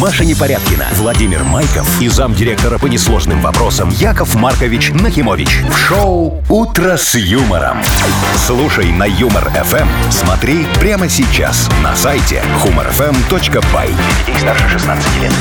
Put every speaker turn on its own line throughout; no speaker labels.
Маша Непорядкина, Владимир Майков и замдиректора по несложным вопросам Яков Маркович Нахимович. В шоу «Утро с юмором». Слушай на «Юмор-ФМ». Смотри прямо сейчас на сайте humorfm.by. Для детей старше 16 лет.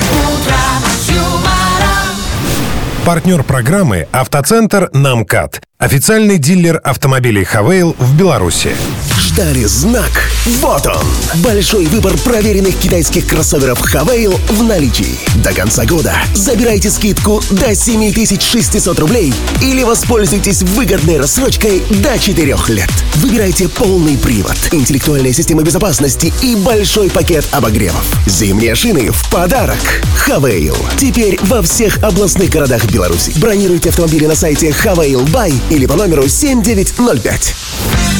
Партнер программы «Автоцентр Намкат». Официальный дилер автомобилей «Хавейл» в Беларуси.
Ждали знак. Вот он. Большой выбор проверенных китайских кроссоверов Хавейл в наличии. До конца года забирайте скидку до 7600 рублей или воспользуйтесь выгодной рассрочкой до 4 лет. Выбирайте полный привод, интеллектуальная система безопасности и большой пакет обогревов. Зимние шины в подарок. Хавейл. Теперь во всех областных городах Беларуси. Бронируйте автомобили на сайте Хавейл.бай или по номеру 7905.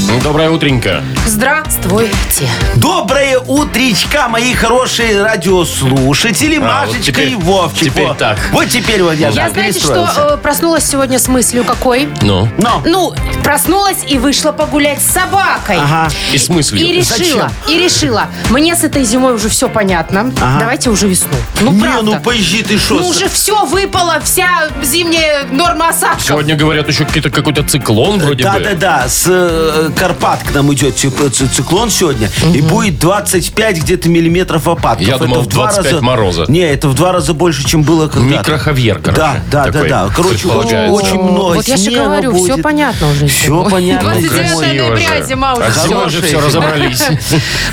Ну, Доброе утренько.
Здравствуйте.
Доброе утречка, мои хорошие радиослушатели,
А, вот
Машечка
теперь-
и Вовчик.
теперь
Во.
так.
Вот теперь вот
Я,
я, да,
знаете,
перестроился.
что э, проснулась сегодня с мыслью какой?
Ну,
Но.
Ну, проснулась и вышла погулять с собакой.
Ага.
и с мыслью.
И решила, и решила, мне с этой зимой уже все понятно, давайте уже весну. Ну,
не,
правда.
ну пожди ты шо.
Ну,
с-
уже все выпало, вся зимняя норма осадков.
Сегодня, говорят, еще какие-то- какой-то циклон вроде бы.
Да-да-да, с э, Карпат к нам идет ци- ци- циклон сегодня, и будет 25 где-то миллиметров опадков.
Я думал,
в два
25
раза...
мороза.
Не, это в два раза больше, чем было когда-то.
Микрохавьер, короче,
Да, да, да,
такой
да. Короче,
предполагается.
очень много
Ну, Вот я же
снега
говорю,
будет.
все понятно уже.
Все понятно.
Ну,
29
Красиво
ноября,
же.
зима уже.
А зимой же
Хорошая
все
зима.
разобрались.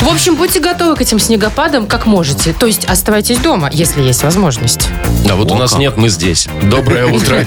В общем, будьте готовы к этим снегопадам, как можете. То есть оставайтесь дома, если есть возможность.
Да, вот у нас нет, мы здесь. Доброе утро.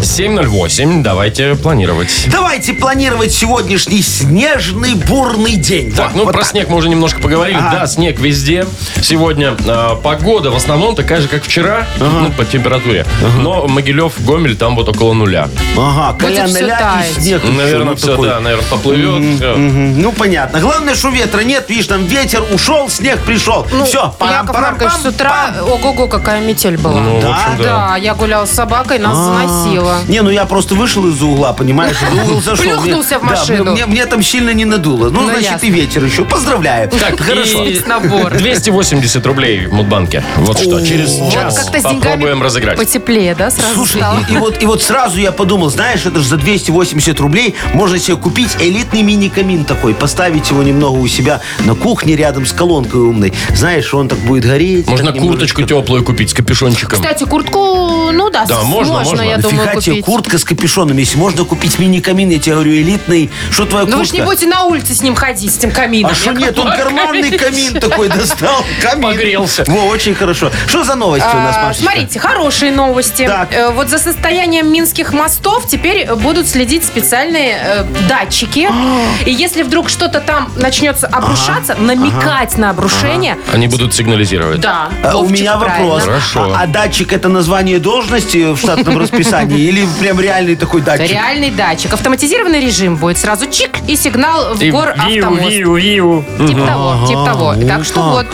7.08, давайте планировать.
Давайте планировать сегодняшний снежный бурный день.
Так,
Во,
ну
вот
про
так.
снег мы уже немножко поговорили. Да, снег везде. Сегодня э, погода в основном такая же, как вчера, ну, по температуре. Но Могилев, Гомель там вот около нуля.
Ага, коля
всё
ноля и
тает.
снег. еще,
Наверное,
ну,
все,
такой.
да, наверное, поплывет. всё.
Мгм, Ну, понятно. Главное, что ветра нет. Видишь, там ветер ушел, снег пришел. все, парам,
Ну, Яков
парам,
Маркович,
пам,
с утра,
пам.
ого-го, какая метель была.
Ну, в
Да? А.
общем, да.
Да, я гуляла с собакой, нас заносила.
Не, ну я просто вышел из-за угла, понимаешь? За угол зашел. Мне-
Плюхнулся в
да,
машину.
мне- мне- мне там сильно не надуло. Ну,
Ну,
значит,
ясно.
и ветер еще. Поздравляю.
Так,
хорошо.
и
Набор.
280 рублей в Мудбанке. Вот что, через
Вот
час
как-то с деньгами
попробуем разыграть.
Потеплее, да, сразу
Слушай,
стало?
и, и вот, и вот сразу я подумал, знаешь, это же за 280 рублей можно себе купить элитный мини-камин такой, поставить его немного у себя на кухне рядом с колонкой умной. Знаешь, он так будет гореть.
Можно
так немножечко.
курточку теплую купить с капюшончиком.
Кстати, куртку, ну да,
Да, можно, можно.
я
Фига
думаю,
тебе
купить.
куртка с капюшоном. Если можно купить мини-камин, я тебе говорю, элитный. Что твоя
Ну
куртка?
вы же не будете на улице с ним ходить, с этим камином.
а что
Яков
нет, он
Маркович.
карманный камин такой достал. Камин.
Погрелся.
Во, очень хорошо. Что за новости у нас,
А,
Машечка?
Смотрите, хорошие новости.
Так.
Э, Вот за состоянием минских мостов теперь э, будут следить специальные э, датчики.
А.
И если вдруг что-то там начнется обрушаться, намекать на обрушение.
Они будут сигнализировать.
Да.
А, у
Вовчик,
меня
правильно.
вопрос.
Хорошо.
А, а датчик это название должности в штатном расписании или прям реальный такой датчик?
Реальный датчик. Автоматизированный режим будет сразу чик и сигнал в
И
гор
виу,
автомост.
виу, виу.
Тип того, тип того. Так что вот.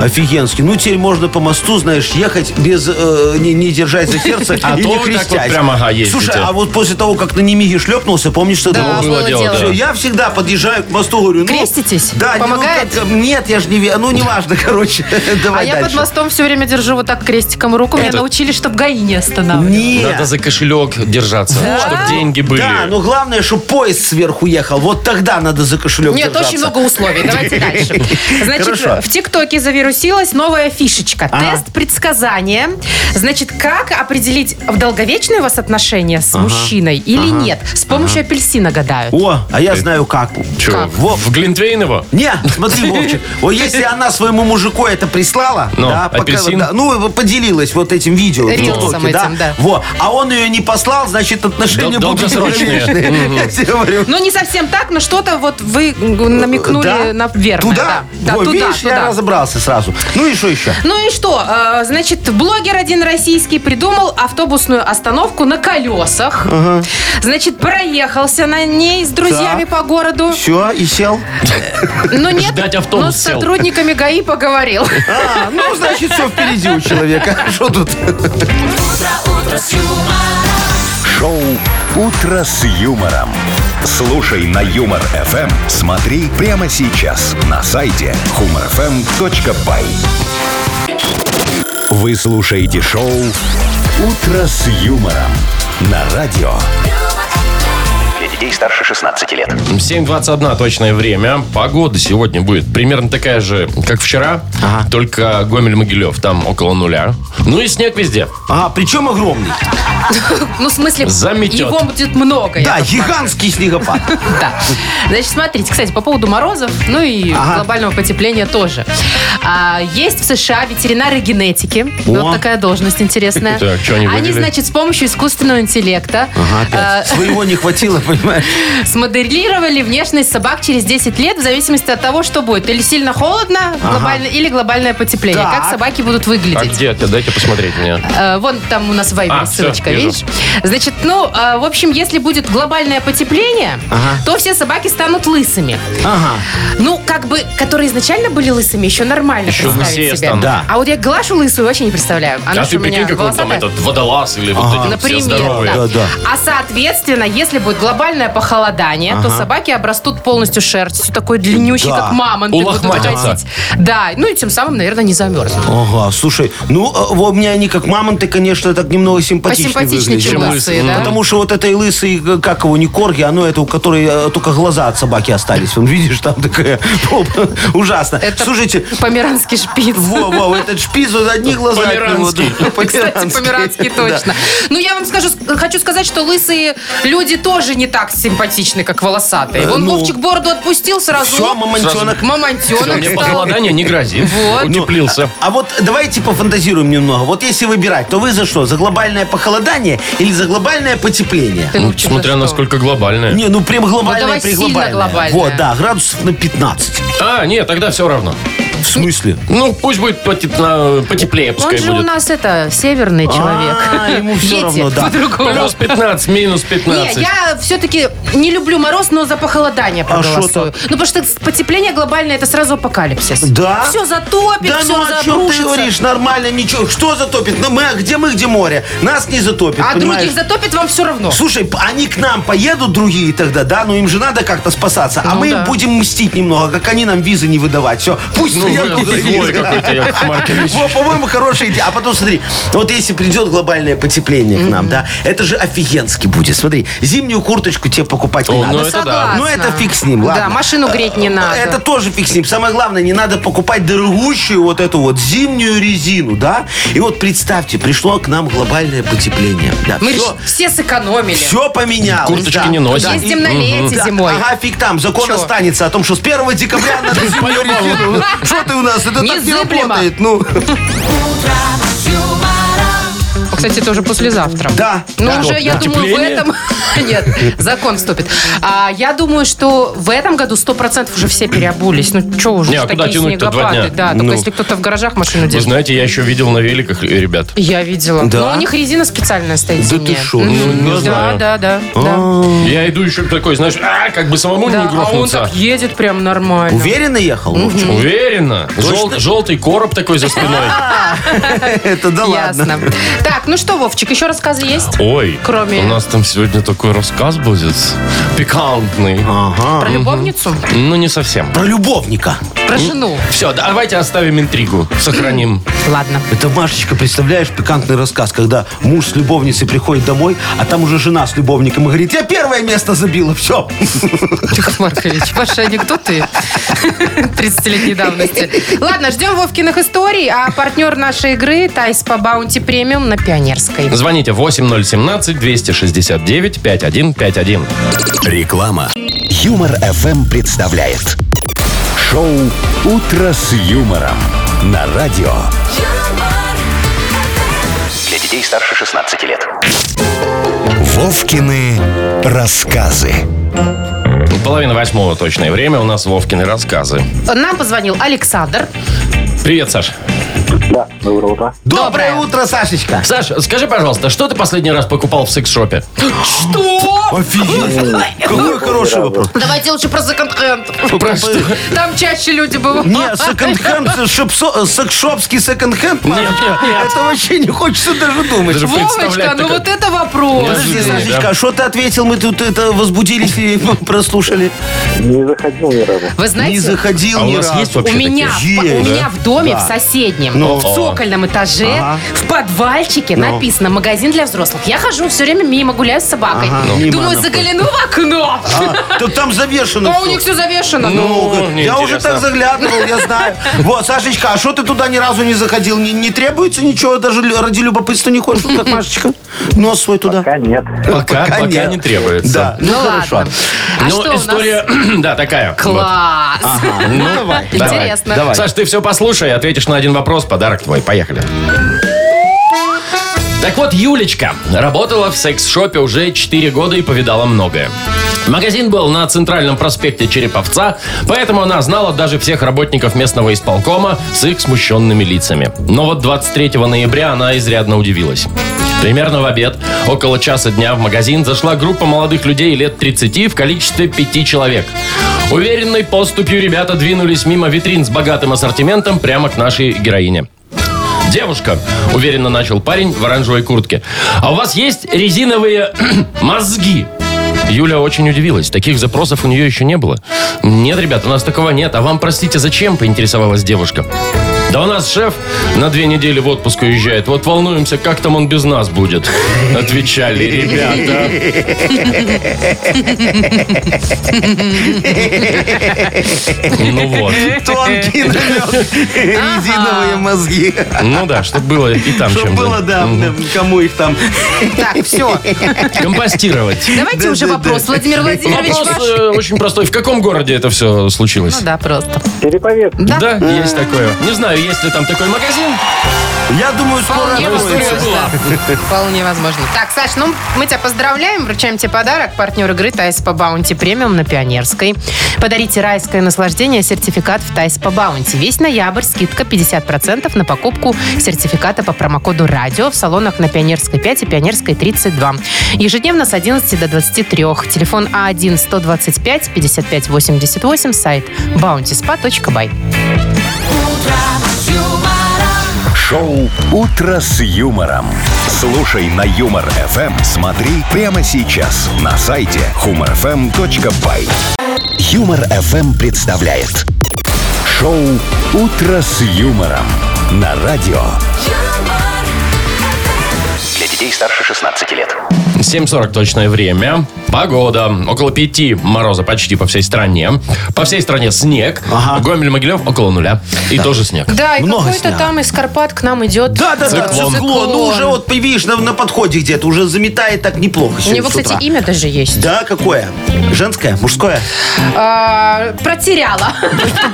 Офигенски. Ну, теперь можно по мосту, знаешь, ехать без... э, не, не держать за сердце
А
и
то
не
вы так вот
крестясь.
прям, ага, ездите.
Слушай, а вот после того, как на Немиге шлепнулся, помнишь, что
Да,
это было?
было дело, да.
Всё, я всегда подъезжаю к мосту, говорю, ну...
Креститесь?
Да, не, ну,
Помогает?
как, э, нет, я же не... ве- Ну, неважно, короче.
А
Давай
я под
дальше.
мостом все время держу вот так крестиком руку. Меня
Это-
научили, чтобы ГАИ не останавливали.
Нет.
Надо за кошелек держаться, чтобы деньги были.
Да,
ну
но главное, что поезд сверху ехал. Вот тогда надо за кошелек
Нет,
держаться.
очень много условий. Давайте дальше. Значит,
Хорошо.
в ТикТоке завирусилась новая фишечка. Тест предсказания. Значит, как определить, в долговечное у вас отношения с мужчиной или нет? С помощью апельсина гадают.
О, а я знаю как.
Э, Чё,
Как?
в- В Глинтвейново?
Не, смотри, Вовчик, вот если она своему мужику это прислала,
Ну,
да, пока-
апельсин?
да, ну, поделилась вот этим видео,
гордился
Владивостоке,
этим, да.
Во. А он ее не послал, значит, отношения
Дол-
будут
долгосрочные.
вечные. Я тебе говорю.
Ну, не совсем так, но что-то вот вы м, намекнули
Да?
на верное.
Туда?
Да, Да,
Во,
туда,
видишь, я
туда.
разобрался сразу. Ну и что еще?
Ну и что? Э, Значит, блогер один российский придумал автобусную остановку на колесах. Значит, проехался на ней с друзьями по городу.
Все, и сел.
Но нет,
Ждать автобус
но с
сел.
сотрудниками ГАИ поговорил.
А, ну, значит, все впереди у человека. Что тут?
Шоу «Утро с юмором». Слушай на Юмор ФМ. Смотри прямо сейчас на сайте humorfm.by. Вы слушаете шоу «Утро с юмором» на радио. Для детей старше 16 лет.
7.21 точное время. Погода сегодня будет примерно такая же, как вчера. Только Гомель-Могилев, там около нуля. Ну и снег везде.
А, причем огромный.
Ну, в смысле,
Заметет.
его будет много. я А,
Да,
так
гигантский снегопад.
Да. Значит, смотрите, кстати, по поводу морозов, ну и глобального потепления тоже. А, есть в США ветеринары генетики. Вот такая должность интересная.
Так, что они
Они,
вывели?
значит, с помощью искусственного интеллекта э,
Своего не хватило, понимаешь?
смоделировали внешность собак через 10 лет в зависимости от того, что будет. Или сильно холодно, глобально- или глобальное потепление.
Так.
Как собаки будут
А
выглядеть.
где это? Дайте посмотреть меня.
Э, Вон там у нас в Вайбере
А, всё,
ссылочка,
вижу.
видишь? Значит, ну, э, в общем, если будет глобальное потепление, то все собаки станут лысыми.
Ага.
Ну, как бы, которые изначально были лысыми, еще нормально
Еще
представить
лысее
себе.
станут.
Да.
А вот я Глашу лысую вообще не представляю. Она
а
ж
ты
у меня
прикинь, какой он там
волосатая.
этот водолаз или вот эти вот все
Например,
здоровые.
да.
Да, да.
А соответственно, если будет глобальное похолодание, то собаки обрастут полностью шерстью, такой длиннющий,
Да.
как мамонты будут
Улохматятся.
ходить. Да, ну и тем самым, наверное, не замерзнут.
Ага, слушай, ну, э, во, у меня они как мамонты, конечно, так немного симпатичнее
Посимпатичнее,
выглядят.
чем
Чем
лысые,
лысые,
да?
Потому что вот этой лысый, э, как его, не корги, оно это, у которой э, только глаза от собаки остались. Он, видишь, там такая оп, ужасно.
Это
Слушайте,
померанский шпиц.
во, во, этот шпиц, вот одни глаза. от него.
Померанский.
Кстати, померанский точно.
Да.
Ну, я вам скажу, хочу сказать, что лысые люди тоже не так симпатичны, как волосатые. Вон
ну.
Вовчик бороду отпустил сразу.
Все, мамонтенок.
Мамонтенок
Мне
стал.
похолодание не грозит.
Вот. Ну,
Утеплился.
А вот давайте пофантазируем немного. Вот если выбирать, то вы за что? За глобальное похолодание или за глобальное потепление?
Ты
Ну,
лучше
смотря
за что.
насколько глобальное.
Не, ну прям
Ну,
глобальное,
давай
при
сильно глобальное.
Вот, да, градусов на 15.
А, нет, тогда все равно.
В смысле?
Ну, пусть будет потеп- на- потеплее,
Он
пускай
же у
будет.
нас это северный человек.
А, ему всё
Едет
равно, да.
по-другому.
Ну, Плюс 15, минус
Не,
15.
я все-таки не люблю мороз, но за похолодание
А что
проголосую. ну, потому что потепление глобальное, это сразу апокалипсис.
Да?
Все затопит,
Да
все
ну о чем ты
забрушится.
говоришь? Нормально, ничего. Что затопит? Ну, мы, а где мы, где море? Нас не затопит,
а
понимаешь?
других затопит вам все равно.
Слушай, п- они к нам поедут другие тогда, да? Ну им же надо как-то спасаться. а
Ну
мы
да.
им будем мстить немного, как они нам визы не выдавать. Все, пусть
Ну,
приедут
вы
другие.
злой какой-то, Яков Маркович.
Во, по-моему, хорошая идея. А потом смотри, вот если придет глобальное потепление к нам, да, это же офигенски будет. Смотри, зимнюю курточку тебе покупать не
О,
надо.
ну это да.
Ну, это фиг с ним, ладно. Э,
Да, машину греть не надо.
Это тоже фиг с ним. Самое главное, не надо покупать дорогущую вот эту вот зимнюю резину, да? И вот представьте, пришло к нам глобальное потепление. Да,
Мы
все,
ж все сэкономили.
все поменялось.
Курточки
да.
не носим.
Да,
Ездим
и-
на лете
да,
зимой.
Ага, фиг там, закон
Чё?
останется о том, что с 1 декабря надо зимнюю резину. Что ты у нас? Это так не
Незыблемо.
работает. Ну,
Кстати, это уже послезавтра.
Да.
Ну,
Да.
уже, я думаю, в
Потепление?
этом... Нет, закон вступит. А, я думаю, что в этом году 100% уже все переобулись. Ну, что уже
Не, а
ж
куда
такие
тянуть-то два
снегопады.
дня?
Да, только
Ну.
если кто-то в гаражах машину
Вы
держит.
знаете, я еще видел на великах, э, ребят.
Я видела.
Да?
Но у них резина специальная стоит
Да
зимняя.
ты шо?
Мгм.
Ну,
не
да,
знаю.
да, да, да.
Я иду еще такой, знаешь, а, как бы самому
Да,
не
а он
грохнуться.
так едет прям нормально.
уверенно ехал? Вовчик?
Уверенно. Жел- желтый короб такой за спиной.
Это да
Ясно.
ладно.
Так, ну что, Вовчик, еще рассказы есть?
Ой,
Кроме-
у нас там сегодня такой рассказ будет пикантный.
Про любовницу?
Ну, не совсем.
Про любовника.
Про жену?
Все, давайте оставим интригу. Сохраним.
Ладно.
Это, Машечка, представляешь, пикантный рассказ, когда муж с любовницей приходит домой, а там уже жена с любовником и говорит, я первое место забила, все.
Яков Маркович, ваши анекдоты 30-летней давности. Ладно, ждем Вовкиных историй, а партнер нашей игры Тайс по Баунти Премиум на Пионерской.
Звоните 8017-269-5151.
Реклама. Юмор FM представляет шоу Утро с юмором на радио.
юмор, детей старше 16 лет.
Вовкины рассказы.
Половина восьмого точное время. У нас Вовкины рассказы.
Нам позвонил Александр.
Привет, Саш.
Доброе,
Доброе.
утро, Сашечка.
Саш, скажи, пожалуйста, что ты последний раз покупал в секс-шопе?
Что?
Офигеть. Какой хороший вопрос.
Давайте лучше про секонд-хенд.
Про что?
Там чаще люди бывают.
Не, секонд-хенд, шопсо- э, секшопский секонд-хенд,
Нет, нет, нет.
это вообще не хочется даже думать.
Даже
Вовочка,
представлять
ну
такое.
вот это вопрос.
Подожди,
Извини, да.
Сашечка, а что ты ответил? Мы тут это возбудились и прослушали.
Вы
Не
знаете,
заходил
А у
ни
нас
разу.
есть вообще
у меня, в,
такие?
по- у
Есть,
меня
да?
в доме,
Да.
в соседнем,
Ну.
в цокольном этаже,
Ага. Ну.
в подвальчике написано «магазин для взрослых». Я хожу все время мимо, гуляю с собакой.
Ага, Ну. мимо
Думаю,
она
загляну в окно.
А, так там завешено
А у
всё.
них все завешено.
Ну,
Ну,
я
неинтересно.
уже так заглядывал, я знаю. Вот, Сашечка, а что ты туда ни разу не заходил? Не, не требуется ничего, даже лю- ради любопытства не хочешь, как Машечка? Нос свой туда.
нет.
Пока, пока,
нет.
не требуется.
Да, ну,
Ну
хорошо. Ну,
ладно. А
Но
что у нас?
история, да, такая.
Класс.
Ну, давай.
Интересно.
Давай. Саш, ты все послушай, ответишь на один вопрос, подарок твой. Поехали. Так вот, Юлечка работала в секс-шопе уже 4 года и повидала многое. Магазин был на центральном проспекте Череповца, поэтому она знала даже всех работников местного исполкома с их смущенными лицами. Но вот 23 ноября она изрядно удивилась. Примерно в обед, около часа дня в магазин зашла группа молодых людей лет 30 в количестве 5 человек. Уверенной поступью ребята двинулись мимо витрин с богатым ассортиментом прямо к нашей героине. Девушка, уверенно начал парень в оранжевой куртке. А у вас есть резиновые мозги? Юля очень удивилась. Таких запросов у нее еще не было. Нет, ребят, у нас такого нет. А вам, простите, зачем? Поинтересовалась девушка. Да у нас шеф на две недели в отпуск уезжает. Вот волнуемся, как там он без нас будет. Отвечали ребята. Ну вот.
Тонкий намек. Резиновые мозги.
Ну да, чтобы было и там
Что
чем-то.
было, да, кому их там.
Так, все.
Компостировать.
Давайте уже вопрос, Владимир Владимирович.
Вопрос
ваш.
э, очень простой. В каком городе это все случилось?
Ну да, просто.
да. есть такое. Не знаю, есть ли там такой магазин.
Я думаю, скоро
Вполне
откроется.
История была.
Вполне возможно. Так, Саш, ну мы тебя поздравляем, вручаем тебе подарок. Партнер игры Тайс по Баунти премиум на Пионерской. Подарите райское наслаждение сертификат в Тайс по Баунти. Весь ноябрь скидка 50% на покупку сертификата по промокоду «Радио» в салонах на Пионерской 5 и Пионерской 32. Ежедневно с 11 до 23. Телефон А А1-125-55-88, сайт bountyspa.by.
Шоу «Утро с юмором». Слушай на Юмор ФМ. Смотри прямо сейчас на сайте humorfm.by. Юмор ФМ представляет шоу «Утро с юмором» на радио.
Для детей старше 16 лет.
7.40 точное время. Погода. Около 5 мороза почти по всей стране. По всей стране снег.
Ага.
Гомель Могилев около нуля. И тоже снег.
Да, и
Много
какой-то
снял.
там из Карпат к нам идет
Да, да, да,
циклон.
циклон. Ну, уже вот, видишь, на, на подходе где-то уже заметает так неплохо.
У него, кстати, имя даже есть.
Да, какое? Женское? Мужское?
А, протеряла.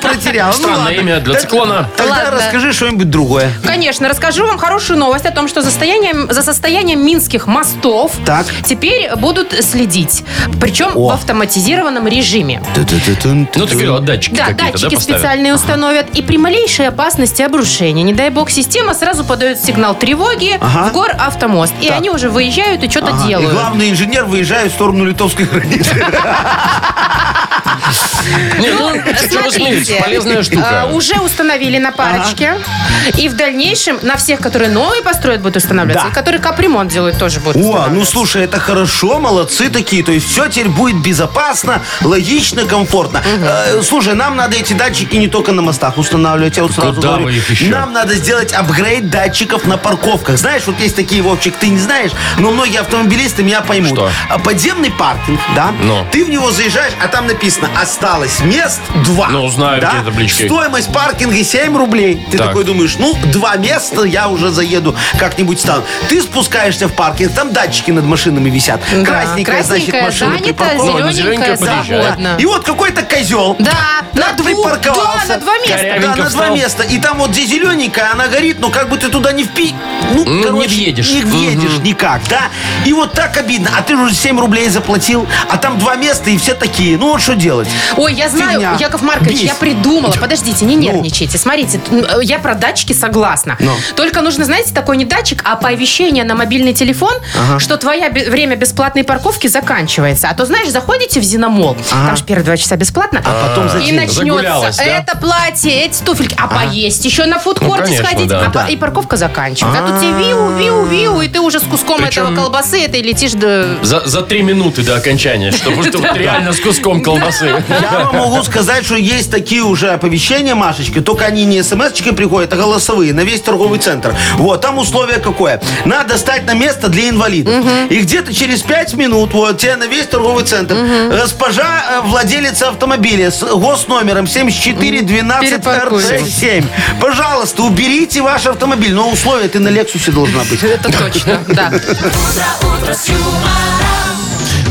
Протерял. Ну,
Странное
ладно.
имя для
Так-
циклона.
Тогда
Ладно.
расскажи что-нибудь другое.
Конечно, расскажу вам хорошую новость о том, что за состоянием, за состоянием минских мостов
Так.
теперь будут следить. Причем
О.
в автоматизированном режиме.
Ну, ты говорил, датчики
Да,
какие-то,
датчики
поставят?
специальные установят. И при малейшей опасности обрушения, не дай бог, система сразу подает сигнал тревоги
Ага.
в гор автомост. И они уже выезжают и что-то
Ага. И
делают.
главный инженер выезжает в сторону литовской границы.
Не,
Ну,
ну, чего вы смеетесь?
смотрите,
Полезная штука.
а, уже установили на парочке. И в дальнейшем на всех, которые новые построят, будут устанавливаться.
Да.
И которые капремонт делают, тоже будут
О, ну
устанавливаться.
слушай, это хорошо, молодцы такие. То есть все теперь будет безопасно, логично, комфортно. Э, Слушай, нам надо эти датчики не только на мостах устанавливать, я вот сразу
Куда
говорю.
вы их еще?
Нам надо сделать апгрейд датчиков на парковках. Знаешь, вот есть такие, Вовчик, ты не знаешь, но многие автомобилисты меня поймут.
Что?
А Подземный паркинг, да?
Ну.
Ты в него заезжаешь, а там написано «Осталось осталось мест два.
Ну, знаю, где таблички.
Стоимость паркинга 7 рублей. Ты
Так.
такой думаешь, ну, два места, я уже заеду, как-нибудь стану. Ты спускаешься в паркинг, там датчики над машинами висят.
Да.
Красненькая, значит,
Красненькая
машина
занята,
припаркована.
зелёная зелененькая
зелененькая
подъезжает.
свободна.
И вот какой-то козел.
Да, на двух, да,
припарковался.
на два места.
Коряк.
Да,
Ровненько
на два
встал.
места. И там вот где зелененькая, она горит, но как бы ты туда не впи...
Ну,
короче,
не въедешь.
Не въедешь никак, да? И вот так обидно. А ты уже 7 рублей заплатил, а там два места, и все такие. Ну, вот что делать?
Ой, я знаю,
Фигня.
Яков Маркович,
Бись.
я придумала. Подождите,
Ну.
не нервничайте. Смотрите, т- м, э, я про датчики согласна. Только нужно, знаете, такой не датчик, а повещение на мобильный телефон, что твое время бесплатной парковки заканчивается. А то, знаешь, заходите в Зиномол, там же первые два часа бесплатно, а
потом
и
зачем?
начнется
Загулялась, да?
это платье, эти туфельки, а поесть еще на
Ну,
фудкорте
конечно,
сходить,
да.
а по-
Да.
и парковка заканчивается. А тут тебе виу, виу, виу, и ты уже с куском этого колбасы этой летишь до...
За, за три минуты до окончания, чтобы что вот реально с куском колбасы.
Я вам могу сказать, что есть такие уже оповещения, Машечка, только они не смс-очкой приходят, а голосовые на весь торговый центр. Вот, там условие какое. Надо стать на место для инвалидов. И где-то через 5 минут, вот, тебе на весь торговый центр, госпожа э, владелица автомобиля с госномером 7412
Перепаркуйся.
рц 7 пожалуйста, уберите ваш автомобиль. Но условие ты на Лексусе должна быть.
Это точно, да.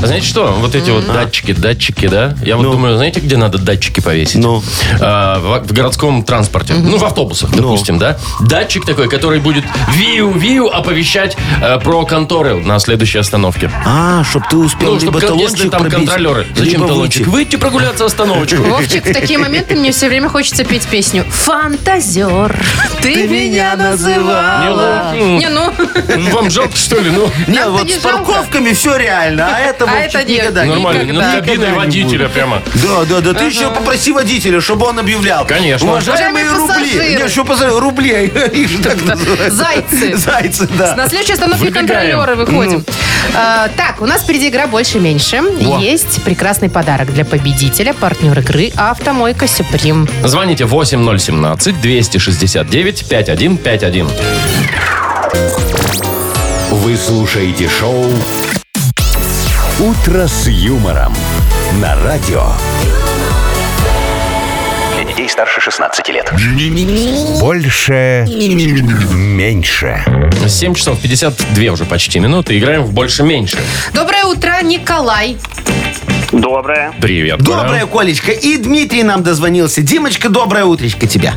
А Знаете что? Вот эти вот датчики, датчики, да? Я вот думаю, знаете, где надо датчики повесить?
Ну.
А, в, в городском транспорте. Ну, в автобусах, допустим, да? Датчик такой, который будет виу-виу оповещать э, про конторы на следующей остановке.
А, чтоб ты успел
Ну, чтобы,
либо
кон- если
талончик
там
пробить,
контролеры. Зачем
либо
талончик?
выйти.
Выйти прогуляться остановочку.
Вовчик, в такие моменты мне все время хочется петь песню «Фантазер, ты меня называла».
Не, ну,
Не, ну,
Ну, Вам жалко, что ли? Ну,
Не, вот
не
с
жалко?
парковками все реально, а это
А это
вообще
нет.
никогда не
нормально. ну
никогда.
Над кабиной
Никогда не
водителя
будет.
прямо.
Да, да, да. Ты еще попроси водителя, чтобы он объявлял.
Конечно.
Уважаемые
Уважаемые
рубли.
пассажиры.
Не, что пассажиры, рублей. Их же так называют.
зайцы.
Зайцы,
ну, На
да.
следующей остановке
Выбегаем.
контролеры выходим. А, так, у нас впереди игра «Больше-меньше». Есть прекрасный подарок для победителя, партнер игры «Автомойка Сюприм».
Звоните 8017-269-5151.
Вы слушаете шоу «Утро с юмором» на радио.
Для детей старше 16 лет.
Больше. Меньше.
7 часов 52 уже почти минуты. Играем в больше-меньше.
Доброе утро, Николай.
Доброе.
Привет. Коля.
Доброе, Колечка. И Дмитрий нам дозвонился. Димочка, доброе утречко тебя.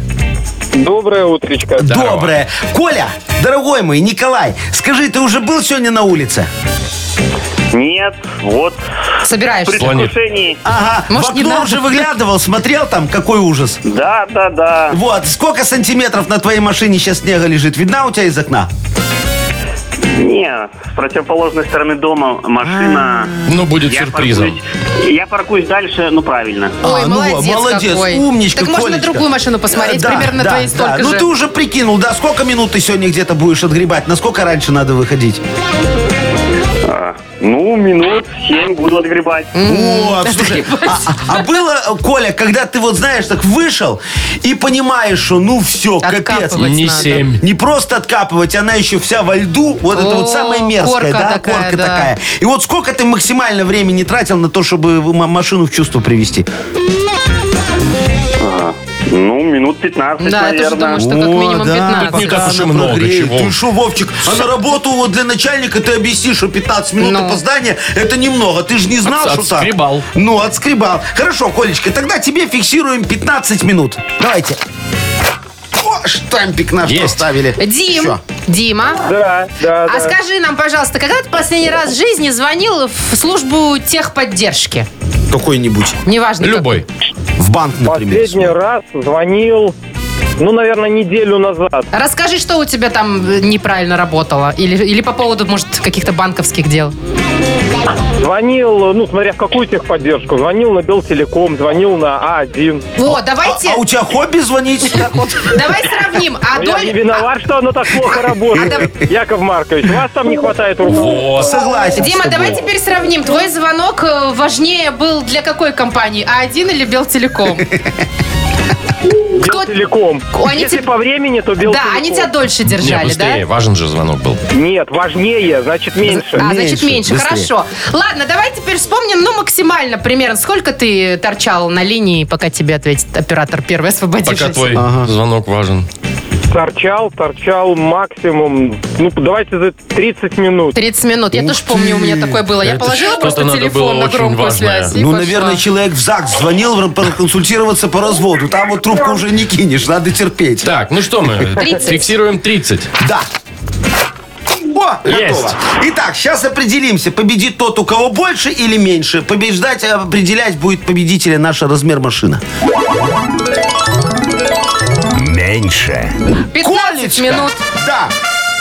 Доброе утречко.
Здорово.
Доброе. Коля, дорогой мой, Николай, скажи, ты уже был сегодня на улице?
Нет, вот.
Собираешься?
При предвкушении.
Ага.
Может,
в
не
окно
надо?
уже выглядывал, смотрел там, какой ужас.
Да, да, да.
Вот, сколько сантиметров на твоей машине сейчас снега лежит? Видна у тебя из окна?
Не, с противоположной стороны дома машина.
А,
Ну, будет сюрпризом.
паркуюсь- Я паркуюсь дальше, ну правильно.
Ой,
А, ну
молодец,
вот, молодец,
какой.
умничка,
Так можно на
Колечка.
другую машину посмотреть,
Да,
примерно
да,
твои
да.
столько
Ну
же.
ты уже прикинул, да, сколько минут ты сегодня где-то будешь отгребать? Насколько раньше надо выходить?
А, Ну, минут семь буду отгребать.
Вот, слушай, а, а- а было, Коля, когда ты вот знаешь, так вышел и понимаешь, что ну все, капец.
Откапывать
Не
надо.
семь.
Не просто откапывать, она еще вся во льду. Вот это вот
О,
самое мерзкое,
корка
да,
такая,
корка
да.
такая. И вот сколько ты максимально времени тратил на то, чтобы м- машину в чувство привести?
Ну, минут 15,
Да, я тоже
наверное.
думаю, что как
О,
минимум
да,
15.
Не так уж и
она
много
прогреет.
чего.
Ты что, Вовчик, а на работу вот для начальника ты объяснишь, что 15 минут
Ну.
опоздания это немного. Ты же не знал,
От-
что так.
отскребал.
Ну, отскребал. Хорошо, Колечка, тогда тебе фиксируем 15 минут. Давайте. О, штампик наш
Есть.
поставили.
Дим,
Всё.
Дима,
Да, да,
а скажи нам, пожалуйста, когда ты последний раз в жизни звонил в службу техподдержки?
Какой-нибудь.
Неважно. как.
Любой.
В банк, например.
Последний раз звонил, ну, наверное, неделю назад.
Расскажи, что у тебя там э, неправильно работало. Или, или по поводу, может, каких-то банковских дел.
Звонил, ну, смотря в какую техподдержку, звонил на Белтелеком, звонил на А1.
О,
А,
давайте,
а у тебя хобби звонить? Так вот.
давай сравним. А
Ну, Я
доль-
не виноват, что оно так плохо
А
работает. Яков Маркович, вас там не хватает рук.
Вот.
а,
Согласен. с
Дима,
тобой.
давай теперь сравним. Твой звонок э, А важнее был для какой компании? А1 или Белтелеком? Кто-
Белтелеком.
Ко- они
Если
те-
по времени, то Белтелеком.
Да, они тебя дольше
Не,
держали, да?
быстрее, важен же звонок был.
Нет, важнее, значит, меньше.
А, значит, меньше.
Меньше, быстрее.
Хорошо. Ладно, давай теперь вспомним, ну, максимально примерно, сколько ты торчал на линии, пока тебе ответит оператор первый освободившийся.
Пока твой звонок важен.
А.
Торчал, торчал максимум. Ну, давайте за 30 минут.
30 минут. Я тоже помню, у меня такое было. Я
Это
положила
что-то
просто
надо было
телефон на
очень
громкую
важное.
связь. и
Ну,
пошла.
наверное, человек в ЗАГС звонил проконсультироваться по разводу. Там вот трубку уже не кинешь, надо терпеть.
Так, ну что мы,
30.
фиксируем 30.
Да. О,
Есть.
готово. Итак, сейчас определимся, победит тот, у кого больше или меньше. Побеждать, определять будет победителя наша размер машина.
Меньше.
15 минут.
Да.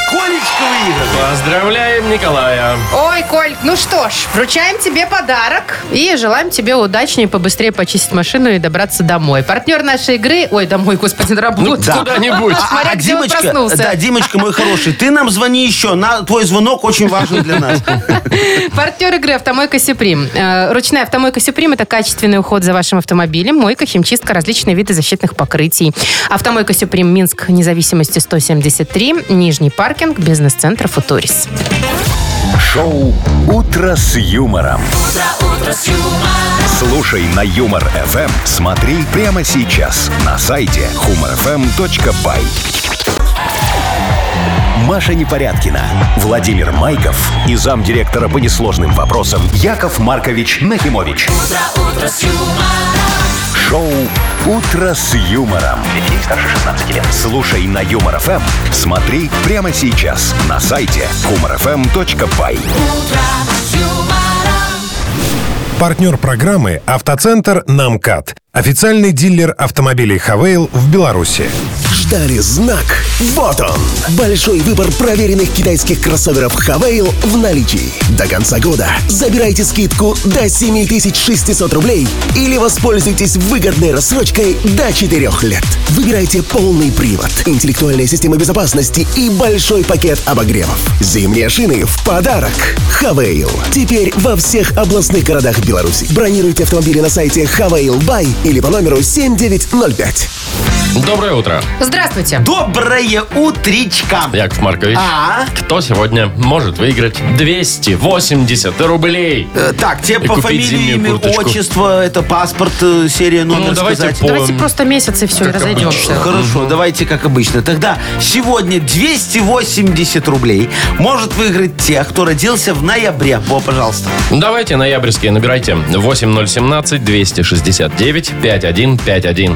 Колечко выиграл.
Поздравляем Николая.
Ой, Коль, ну что ж, вручаем тебе подарок и желаем тебе удачнее побыстрее почистить машину и добраться домой. Партнер нашей игры... Ой, домой, господи, на
Ну
работу.
да. Куда-нибудь.
Смотря, где он проснулся.
да, А, Димочка, мой хороший, ты нам звони еще. На, твой звонок очень важен для нас.
Партнер игры «Автомойка Сюприм». Э, Ручная «Автомойка Сюприм» – это качественный уход за вашим автомобилем, мойка, химчистка, различные виды защитных покрытий. «Автомойка Сюприм» Минск, независимости 173, Нижний паркинг, бизнес-центр «Футурис».
Шоу «Утро с юмором». Слушай на Юмор ФМ. Смотри прямо сейчас на сайте humorfm.by. Маша Непорядкина, Владимир Майков и замдиректора по несложным вопросам Яков Маркович Нахимович. Шоу «Утро с юмором». Детей старше 16 лет. Слушай на Юмор ФМ. Смотри прямо сейчас на сайте humorfm.by.
Партнер программы «Автоцентр Намкат». Официальный дилер автомобилей «Хавейл» в Беларуси.
Ждали знак. Вот он. Большой выбор проверенных китайских кроссоверов Хавейл в наличии. До конца года забирайте скидку до 7600 рублей или воспользуйтесь выгодной рассрочкой до 4 лет. Выбирайте полный привод, интеллектуальная система безопасности и большой пакет обогревов. Зимние шины в подарок. Хавейл. Теперь во всех областных городах Беларуси. Бронируйте автомобили на сайте Хавейл.бай или по номеру 7905.
Доброе утро,
Здравствуйте.
Доброе утречко.
Яков Маркович.
А?
Кто сегодня может выиграть 280 рублей?
Э, Так, тебе
И
по
купить
фамилии,
зимнюю
имя,
курточку.
отчество, это паспорт, э, серия номер
Ну, давайте
сказать.
по-
Давайте просто месяц и все, и
Как
разойдемся.
обычно.
Хорошо, давайте как обычно. Тогда сегодня 280 рублей может выиграть те, кто родился в ноябре. Во, пожалуйста.
Давайте ноябрьские набирайте. 8017 269 5151.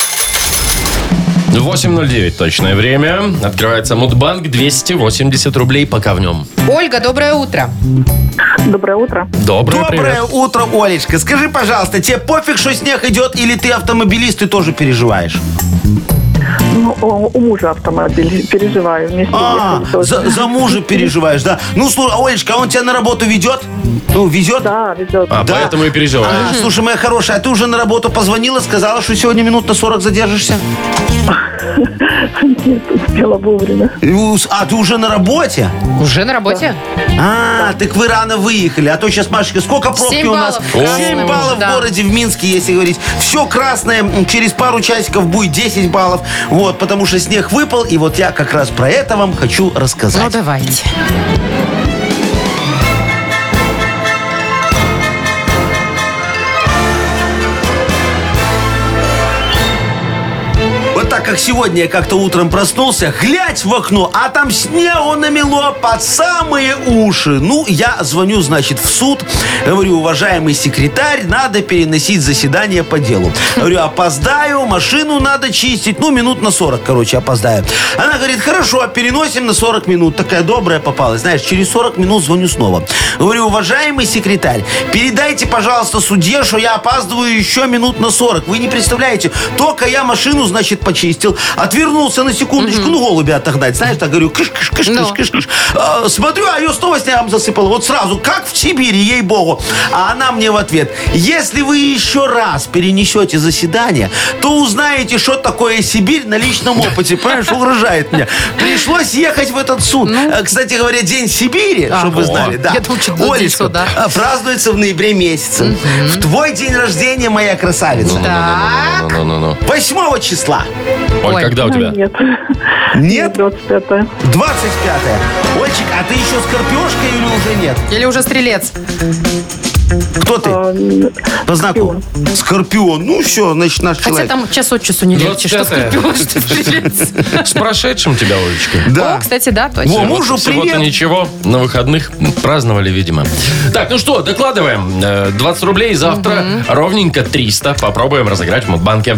8.09 точное время. Открывается Мудбанк. 280 рублей пока в нем.
Ольга, доброе утро.
Доброе утро.
Доброе,
Доброе
привет.
утро, Олечка. Скажи, пожалуйста, тебе пофиг, что снег идет, или ты автомобилист и тоже переживаешь?
Ну, о, у мужа автомобиль. Переживаю. Вместе
А,
ехали тоже.
за, за мужа переживаешь, да? Ну, слушай, Олечка, а он тебя на работу ведет? Ну, везет?
Да, везет.
А
Да.
поэтому и переживаю.
А, слушай, моя хорошая, а ты уже на работу позвонила, сказала, что сегодня минут на 40 задержишься?
Нет, успела вовремя.
И ус- А, ты уже на работе?
Уже на работе?
А, так вы рано выехали. А то сейчас, Машечка, сколько пробки
Семь
у нас?
баллов.
О.
красным
7
уже,
баллов
да.
в городе, в Минске, если говорить. Все красное, м, через пару часиков будет 10 баллов. Вот, потому что снег выпал, и вот я как раз про это вам хочу
Ну,
рассказать.
давайте.
Вот так как сегодня я как-то утром проснулся, глядь в окно, а там снегу намело под самые уши. Ну, я звоню, значит, в суд, говорю, уважаемый секретарь, надо переносить заседание по делу. Говорю, опоздаю, машину надо чистить, ну, минут на 40, короче, опоздаю. Она говорит, хорошо, переносим на 40 минут. Такая добрая попалась, знаешь, через 40 минут звоню снова. Говорю, уважаемый секретарь, передайте, пожалуйста, судье, что я опаздываю еще минут на 40. Вы не представляете, только я машину, значит, почистил. вычистил, отвернулся на секундочку, ну, голубя отогнать, знаешь, так говорю, кыш кыш кыш
Ну.
кыш кыш кыш А, Смотрю, а ее снова снегом засыпал. Вот сразу, как в Сибири, ей-богу. А она мне в ответ, если вы еще раз перенесете заседание, то узнаете, что такое Сибирь на личном опыте. Понимаешь, угрожает мне. Пришлось ехать в этот суд. Э, Кстати говоря, День Сибири, чтобы вы знали. Да.
Ну. Я думала, что был день
Олечка,
суда.
а, празднуется в ноябре месяце. В твой день рождения, моя красавица. А,
Так.
Ну-ну-ну-ну-ну-ну-ну.
8 числа.
Оль,
Ой,
когда у
ну,
тебя?
Нет.
Нет?
25
25-е. Ольчик, а ты еще скорпешка или уже нет?
Или уже стрелец?
Кто ты? По знаку. Скорпион. Ну все, значит, наш
Хотя
человек.
там час от часу не легче, что
25-е.
скорпион, что стрелец.
С прошедшим тебя, Олечка.
А.
О, кстати, да, точно.
Во. мужу
всего-то
привет.
ничего, на выходных праздновали, видимо. Так, ну что, докладываем. Э, 20 рублей завтра, ровненько 300. Попробуем разыграть в Мудбанке.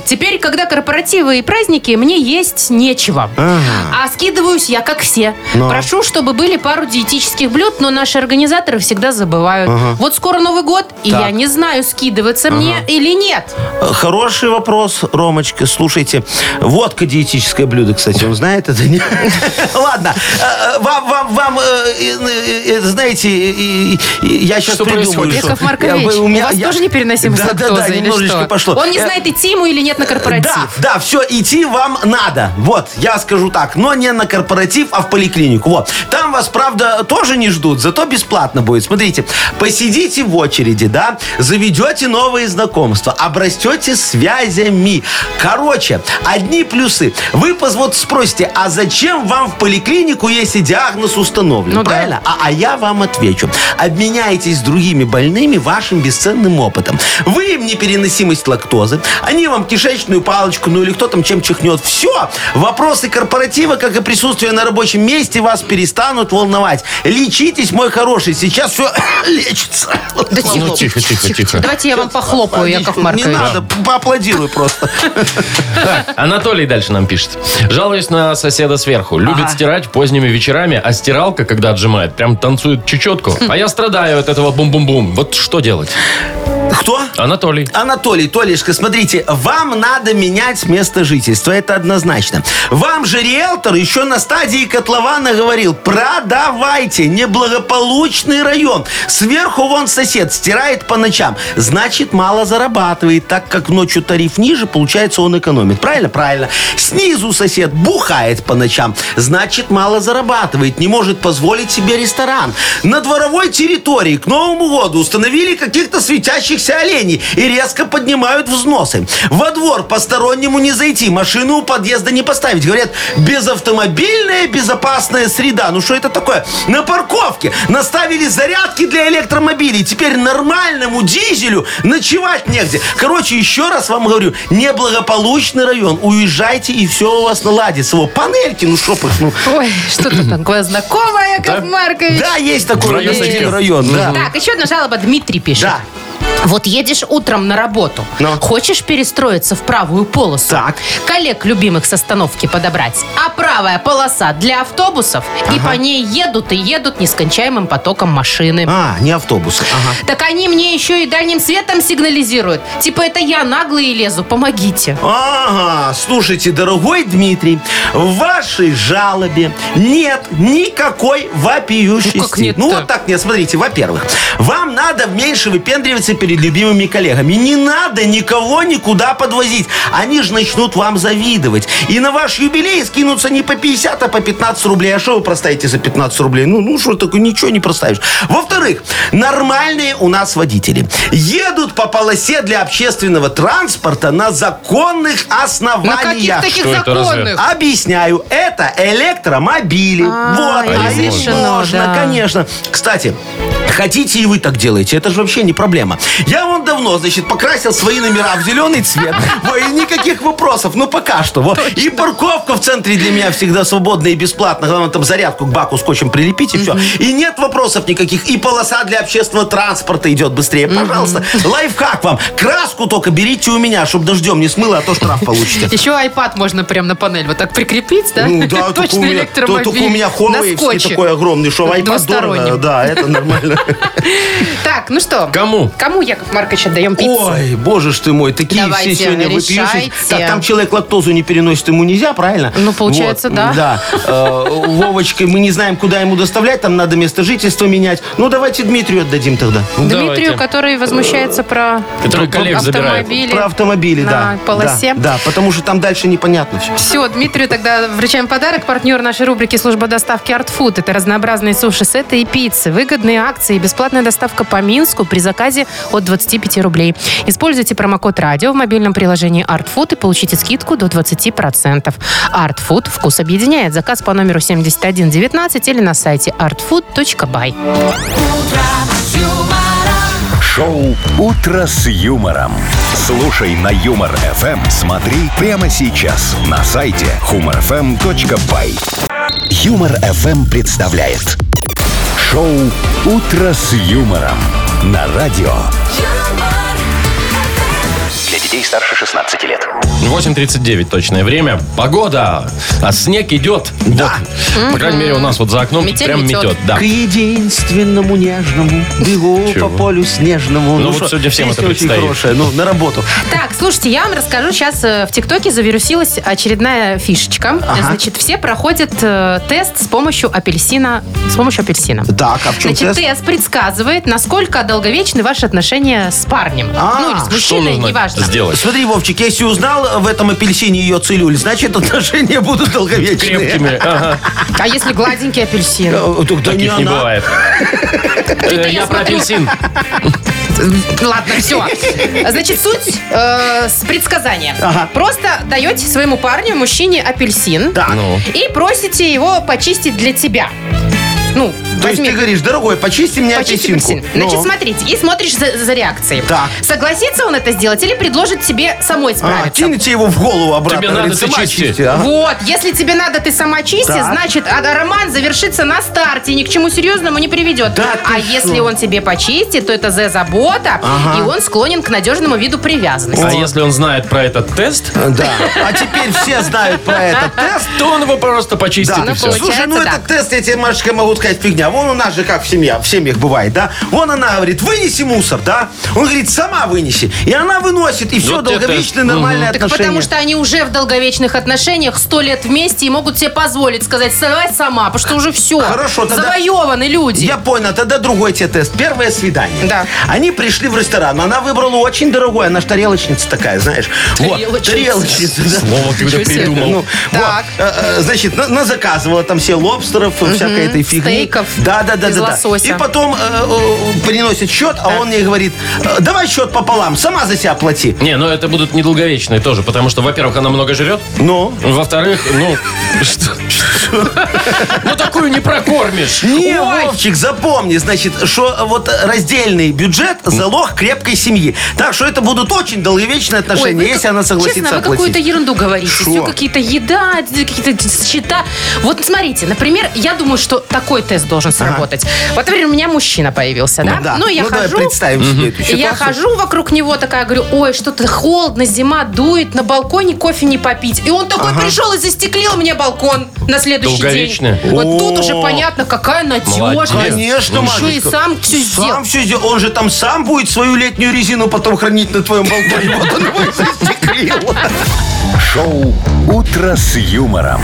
Теперь, когда корпоративы и праздники, мне есть нечего. А скидываюсь я, как все.
Ну.
Прошу, чтобы были пару диетических блюд, но наши организаторы всегда забывают. Вот скоро Новый год, и я не знаю, скидываться мне или нет.
Э, Хороший вопрос, Ромочка. Слушайте, водка диетическое блюдо, кстати, он знает это? не? Ладно, Э, э, вам, вам, вам, э, э, э, знаете, э, э, я сейчас
Что
придумаю.
происходит?
что-
Яков
Я
Маркович,
бы-
у,
меня-
вас
я-
тоже непереносимость
Да, да,
лактозы
да,
или
немножечко
что?
пошло.
Он не
Э,
знает, идти ему или нет на корпоратив.
Да, да, все, идти вам надо. Вот, я скажу так, но не на корпоратив, а в поликлинику. Вот. Там вас, правда, тоже не ждут, зато бесплатно будет. Смотрите, посидите в очереди, да, заведете новые знакомства, обрастете связями. Короче, одни плюсы. Вы поз- вот спросите, а зачем вам в поликлинику, если диагноз установлен?
Ну да.
Правильно? А, а я вам отвечу. Обменяйтесь с другими больными вашим бесценным опытом. Вы им непереносимость лактозы, они вам кишечную палочку, ну или кто там чем чихнет. Все. Вопросы корпоратива, как и присутствие на рабочем месте, вас перестанут волновать. Лечитесь, мой хороший, сейчас все лечится.
Да тихо,
Ну, тихо, тихо, тихо.
Давайте я вам похлопаю, Яков
Не
Маркович.
надо, поаплодируй просто.
Так, Анатолий дальше нам пишет. Жалуюсь на соседа сверху. Любит стирать поздними вечерами, а стиралка, когда отжимает, прям танцует чечетку.
Хм.
А я страдаю от этого бум-бум-бум. Вот что делать?
Кто?
Анатолий.
Анатолий, Толешка, смотрите, вам надо менять место жительства, это однозначно. Вам же риэлтор еще на стадии котлована говорил, продавайте неблагополучный район. Сверху вон сосед стирает по ночам, значит мало зарабатывает, так как ночью тариф ниже, получается он экономит. Правильно? Правильно. Снизу сосед бухает по ночам, значит мало зарабатывает, не может позволить себе ресторан. На дворовой территории к Новому году установили каких-то светящихся спасшихся оленей и резко поднимают взносы. Во двор постороннему не зайти, машину у подъезда не поставить. Говорят, безавтомобильная безопасная среда. Ну что это такое? На парковке наставили зарядки для электромобилей. Теперь нормальному дизелю ночевать негде. Короче, еще раз вам говорю, неблагополучный район. Уезжайте, и все у вас наладится. Во, панельки, ну шо их, ну.
Ой, что-то такое знакомое, как Маркович.
Да, есть такой
район
район,
таких.
один район, да.
Так, еще одна жалоба Дмитрий пишет.
Да.
Вот едешь утром на работу,
Ну.
хочешь перестроиться в правую полосу,
Так.
коллег любимых с остановки подобрать, а правая полоса для автобусов, и по ней едут и едут нескончаемым потоком машины.
А, не автобусы. Ага.
Так они мне еще и дальним светом сигнализируют. Типа это я наглый лезу, помогите.
Ага, слушайте, дорогой Дмитрий, в вашей жалобе нет никакой вопиющести.
Ну, как нет-то?
вот так нет, смотрите, во-первых, вам надо меньше выпендриваться перед любимыми коллегами. Не надо никого никуда подвозить. Они же начнут вам завидовать. И на ваш юбилей скинутся не по 50, а по 15 рублей. А что вы проставите за 15 рублей? Ну, ну что такое, ничего не проставишь. Во-вторых, нормальные у нас водители едут по полосе для общественного транспорта на законных
На каких
основаниях.
таких
Что это
законных?
Объясняю, это электромобили.
А,
вот, а их
разрешено,
можно,
да.
конечно. Кстати, хотите и вы так делаете, это же вообще не проблема. Я вон давно, значит, покрасил свои номера в зеленый цвет. Во, И никаких вопросов, ну пока что. во. И парковка в центре для меня всегда свободная и бесплатная. Главное, там зарядку к баку скотчем прилепить и все. И нет вопросов никаких. И полоса для общественного транспорта идет быстрее. Пожалуйста, лайфхак вам. Краску только берите у меня, чтобы дождем не смыло, а то штраф получите.
Еще iPad можно прям на панель вот так прикрепить, да?
Ну да, только у
Точно
меня, то-
электромобиль.
только у меня
На скотче.
Huawei такой огромный, что iPad
Двусторонний.
дорого. Да, это нормально.
Так, ну что?
Кому?
Кому, Яков Маркович, отдаем пиццу?
Ой, боже ж ты мой, такие
Давайте,
все сегодня
решайте.
выпьющие. Так, там человек лактозу не переносит, ему нельзя, правильно?
Ну, получается,
Вот,
да.
Да. Э, Вовочка, мы не знаем, куда ему доставлять, там надо место жительства менять. Ну, давайте Дмитрию отдадим тогда.
Дмитрию,
Ну, Давайте.
который возмущается про
Который коллег забирает.
автомобили.
Про автомобили,
на
да.
полосе.
Да, да, потому что там дальше непонятно все.
Все, Дмитрию тогда вручаем подарок. Партнер нашей рубрики «Служба доставки Art Food». Это разнообразные суши-сеты и пиццы, выгодные акции и бесплатная доставка по Минску при заказе от 25 рублей. Используйте промокод «Радио» в мобильном приложении Art Food и получите скидку до 20%. Art Food – вкус объединяет. Заказ по номеру 7119 или на сайте artfood.by.
Шоу «Утро с юмором». Слушай на Юмор ФМ. Смотри прямо сейчас на сайте humorfm.by. Юмор ФМ представляет шоу «Утро с юмором» на радио.
Для детей старше 16 лет.
8.39 точное время. Погода. А снег идет. Да. По крайней мере, у нас вот за окном
Метель
прям
метет.
метет. Да.
К единственному нежному бегу
Чего?
по полю снежному.
Ну, вот
что,
сегодня всем это
песня очень
предстоит.
хорошая. Ну, на работу.
Так, слушайте, я вам расскажу. Сейчас э, в ТикТоке завирусилась очередная фишечка. Значит, все проходят э, тест с помощью апельсина. С помощью апельсина.
Так, а в чем
Значит, тест?
тест?
предсказывает, насколько долговечны ваши отношения с парнем.
А,
ну, или с
Что
мужчиной,
нужно
неважно.
сделать?
Смотри, Вовчик, если узнал в этом апельсине ее целлюль, значит, отношения будут долговечные.
Крепкими. Ага.
А если гладенький апельсин?
Э, так да
Таких не
она.
бывает. Э,
я
Я про
смотрю-
апельсин.
Ладно, все. Значит, суть э, с предсказания.
Ага.
Просто даете своему парню, мужчине, апельсин
Так.
Ну.
и просите его почистить для тебя. Ну,
То есть
возьми
ты говоришь, дорогой, почисти мне
Почти
апельсинку.
апельсин. Значит,
Ну.
смотрите, и смотришь за, за реакцией.
Так.
Согласится он это сделать или предложит тебе самой
А,
справиться?
киньте его в голову обратно.
Тебе надо,
говорит,
ты
«Сама
чисти».
чисти, а.
Вот, если тебе надо, ты сама чисти,
Так.
значит, а- а роман завершится на старте, и ни к чему серьезному не приведет.
Да ты
а если
что?
он тебе почистит, то это за забота, и он склонен к надежному виду привязанности.
А если он знает про этот тест,
Да. А теперь все знают про этот тест.
то он его просто почистит
Да.
и все.
Слушай, ну
Получается так.
этот тест, я тебе, Машечка, могу сказать, фигня. Вон у нас же как в семье, в семьях бывает, да? Вон она говорит, вынеси мусор, да? Он говорит, сама вынеси. И она выносит, и все,
Вот тебе
долговечные нормальные
Так
отношения.
потому что они уже в долговечных отношениях сто лет вместе и могут себе позволить сказать, давай сама, потому что уже все.
Хорошо, тогда-
Завоеваны люди.
Я понял, тогда другой тебе тест. Первое свидание.
Да.
Они пришли в ресторан, она выбрала очень дорогой, она ж тарелочница такая, знаешь. Вот,
Тарелочница.
тарелочница. да.
Слово
Ничего
какое-то
себе.
придумал.
Ну,
Так.
вот. Э, э, Значит, на- назаказывала там все лобстеров, всякой этой фигни.
стейков
да, да, да,
из
да, да.
лосося.
И потом э, э, приносит счет, а он ей говорит, «Э, давай счет пополам, сама за себя плати.
Не, ну это будут недолговечные тоже, потому что, во-первых, она много жрет,
Ну?
во-вторых, ну... что- Ну такую не прокормишь.
Не, Вовчик, запомни, значит, что вот раздельный бюджет – залог крепкой семьи. Так что это будут очень долговечные
Ой,
отношения,
вы
если
как-
она согласится
Честно, вы
оплатить.
какую-то ерунду говорите.
Шо?
Все какие-то еда, какие-то счета. Вот смотрите, например, я думаю, что такой тест должен сработать. Вот, например, у меня мужчина появился, да?
Да.
Ну, я
давай
хожу...
представим себе эту
и Я
ситуацию.
хожу вокруг него такая, говорю, ой, что-то холодно, зима дует, на балконе кофе не попить. И он такой пришел и застеклил мне балкон на следующий
Долговечно.
день. Вот тут уже
О.
понятно, какая
Молодец.
надежность.
Конечно,
Еще и
Машечка.
сам все сделал.
Сам все сделал. Он же там сам будет свою летнюю резину потом хранить на твоем балконе. Вот он его и застеклил.
Шоу «Утро с юмором».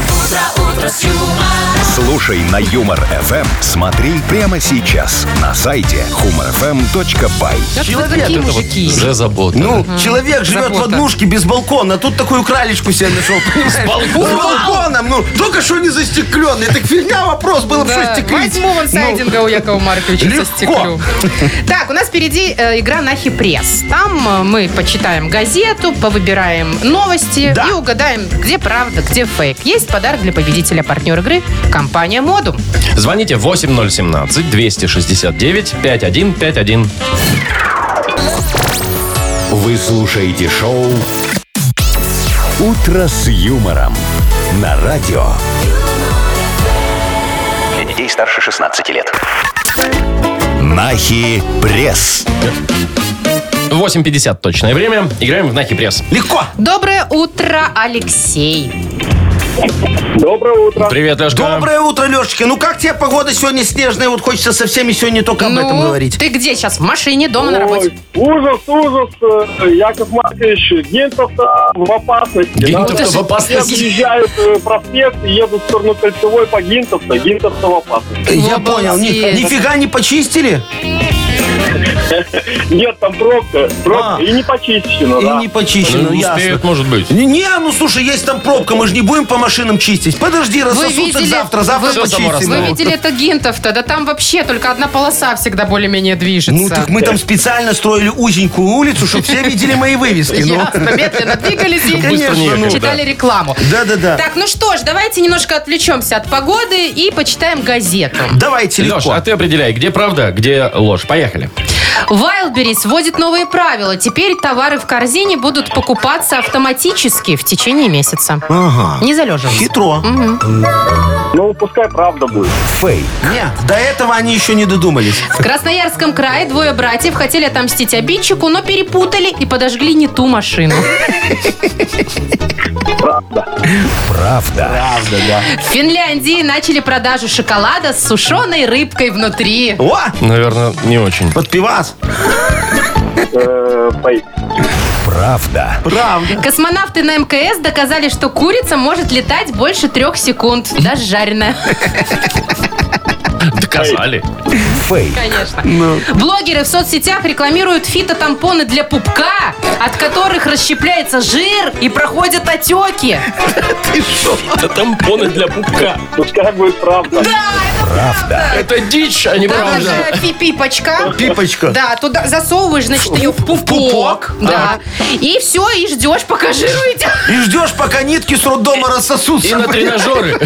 Слушай на Юмор ФМ. Смотри прямо сейчас на сайте humorfm.by.
Как вы
Человек
такие
Это вот
мужики.
уже забота.
Ну, человек живет в
Забота.
однушке без балкона, а тут такую кралечку себе нашел, понимаешь? С
балконом?
балконом, ну, только что не застекленный. Так фигня вопрос был, Ну,
Да,
что стеклить.
Возьму вон сайдинга у Якова Марковича со
легко.
стеклю. Так, у нас впереди э, игра на хипресс. Там э, мы почитаем газету, повыбираем новости
Да.
и угадаем, где правда, где фейк. Есть подарок для победителя партнер игры компания Модум.
Звоните 8017-269-5151.
Вы слушаете шоу «Утро с юмором» на радио.
Для детей старше 16 лет.
Нахи пресс.
8.50 точное время. Играем в Нахи Пресс.
Легко.
Доброе утро, Алексей.
Доброе утро.
Привет, Лешка.
Доброе утро, Лешечка. Ну, как тебе погода сегодня снежная? Вот хочется со всеми сегодня только об этом
Ну,
говорить.
Ты где сейчас? В машине, дома, на работе?
Ой, ужас, ужас, э, Яков Маркович, Гинтов-то в опасности.
Гинтов-то
Да,
в
все
опасности.
объезжают э, проспект и едут в сторону Кольцевой по Гинтов-то. Гинтов-то в опасности.
Э, Я
Обалдеть.
понял. Ни- Нифига не почистили?
Нет, там пробка, пробка
А.
и не почищено,
И
да.
не почищено,
Ну, не
ясно.
успеют, может быть.
Не, не, ну слушай, есть там пробка, мы же не будем по машинам чистить. Подожди, рассосутся
видели-
завтра, завтра
Всё само
почистим.
Вы
Ну.
видели это гинтов-то? Да там вообще только одна полоса всегда более-менее движется.
Ну, так мы там специально строили узенькую улицу, чтобы все видели мои вывески. ну.
Ясно, медленно двигались и
Быстро не ехали,
читали рекламу.
Да-да-да.
Так, ну что ж, давайте немножко отвлечемся от погоды и почитаем газету.
Давайте
Леш,
легко.
а ты определяй, где правда, где ложь. Поехали.
Wildberries вводит новые правила. Теперь товары в корзине будут покупаться автоматически в течение месяца.
Ага.
Не залеживайся.
Хитро.
Ну, пускай правда будет.
Фейк.
Нет, до этого они еще не додумались.
В Красноярском крае двое братьев хотели отомстить обидчику, но перепутали и подожгли не ту машину.
Правда.
Правда, да.
В Финляндии начали продажу шоколада с сушеной рыбкой внутри.
О,
Наверное, не очень.
под пивас.
Э, фейк.
Правда.
Правда.
Космонавты на МКС доказали, что курица может летать больше трех секунд. Даже жареная.
Доказали.
Фейк.
Конечно.
Ну.
Блогеры в соцсетях рекламируют фитотампоны для пупка, от которых расщепляется жир и проходят отеки.
Это тампоны для пупка.
Пускай будет правда.
Да, это
Это дичь, а не
правда.
правда.
Даже пипипочка.
Пипочка.
Да, туда засовываешь, значит, ее в пупок.
пупок? А.
Да. И все, и ждешь, пока жир уйдет.
И ждешь, пока нитки с роддома рассосутся.
И на тренажеры.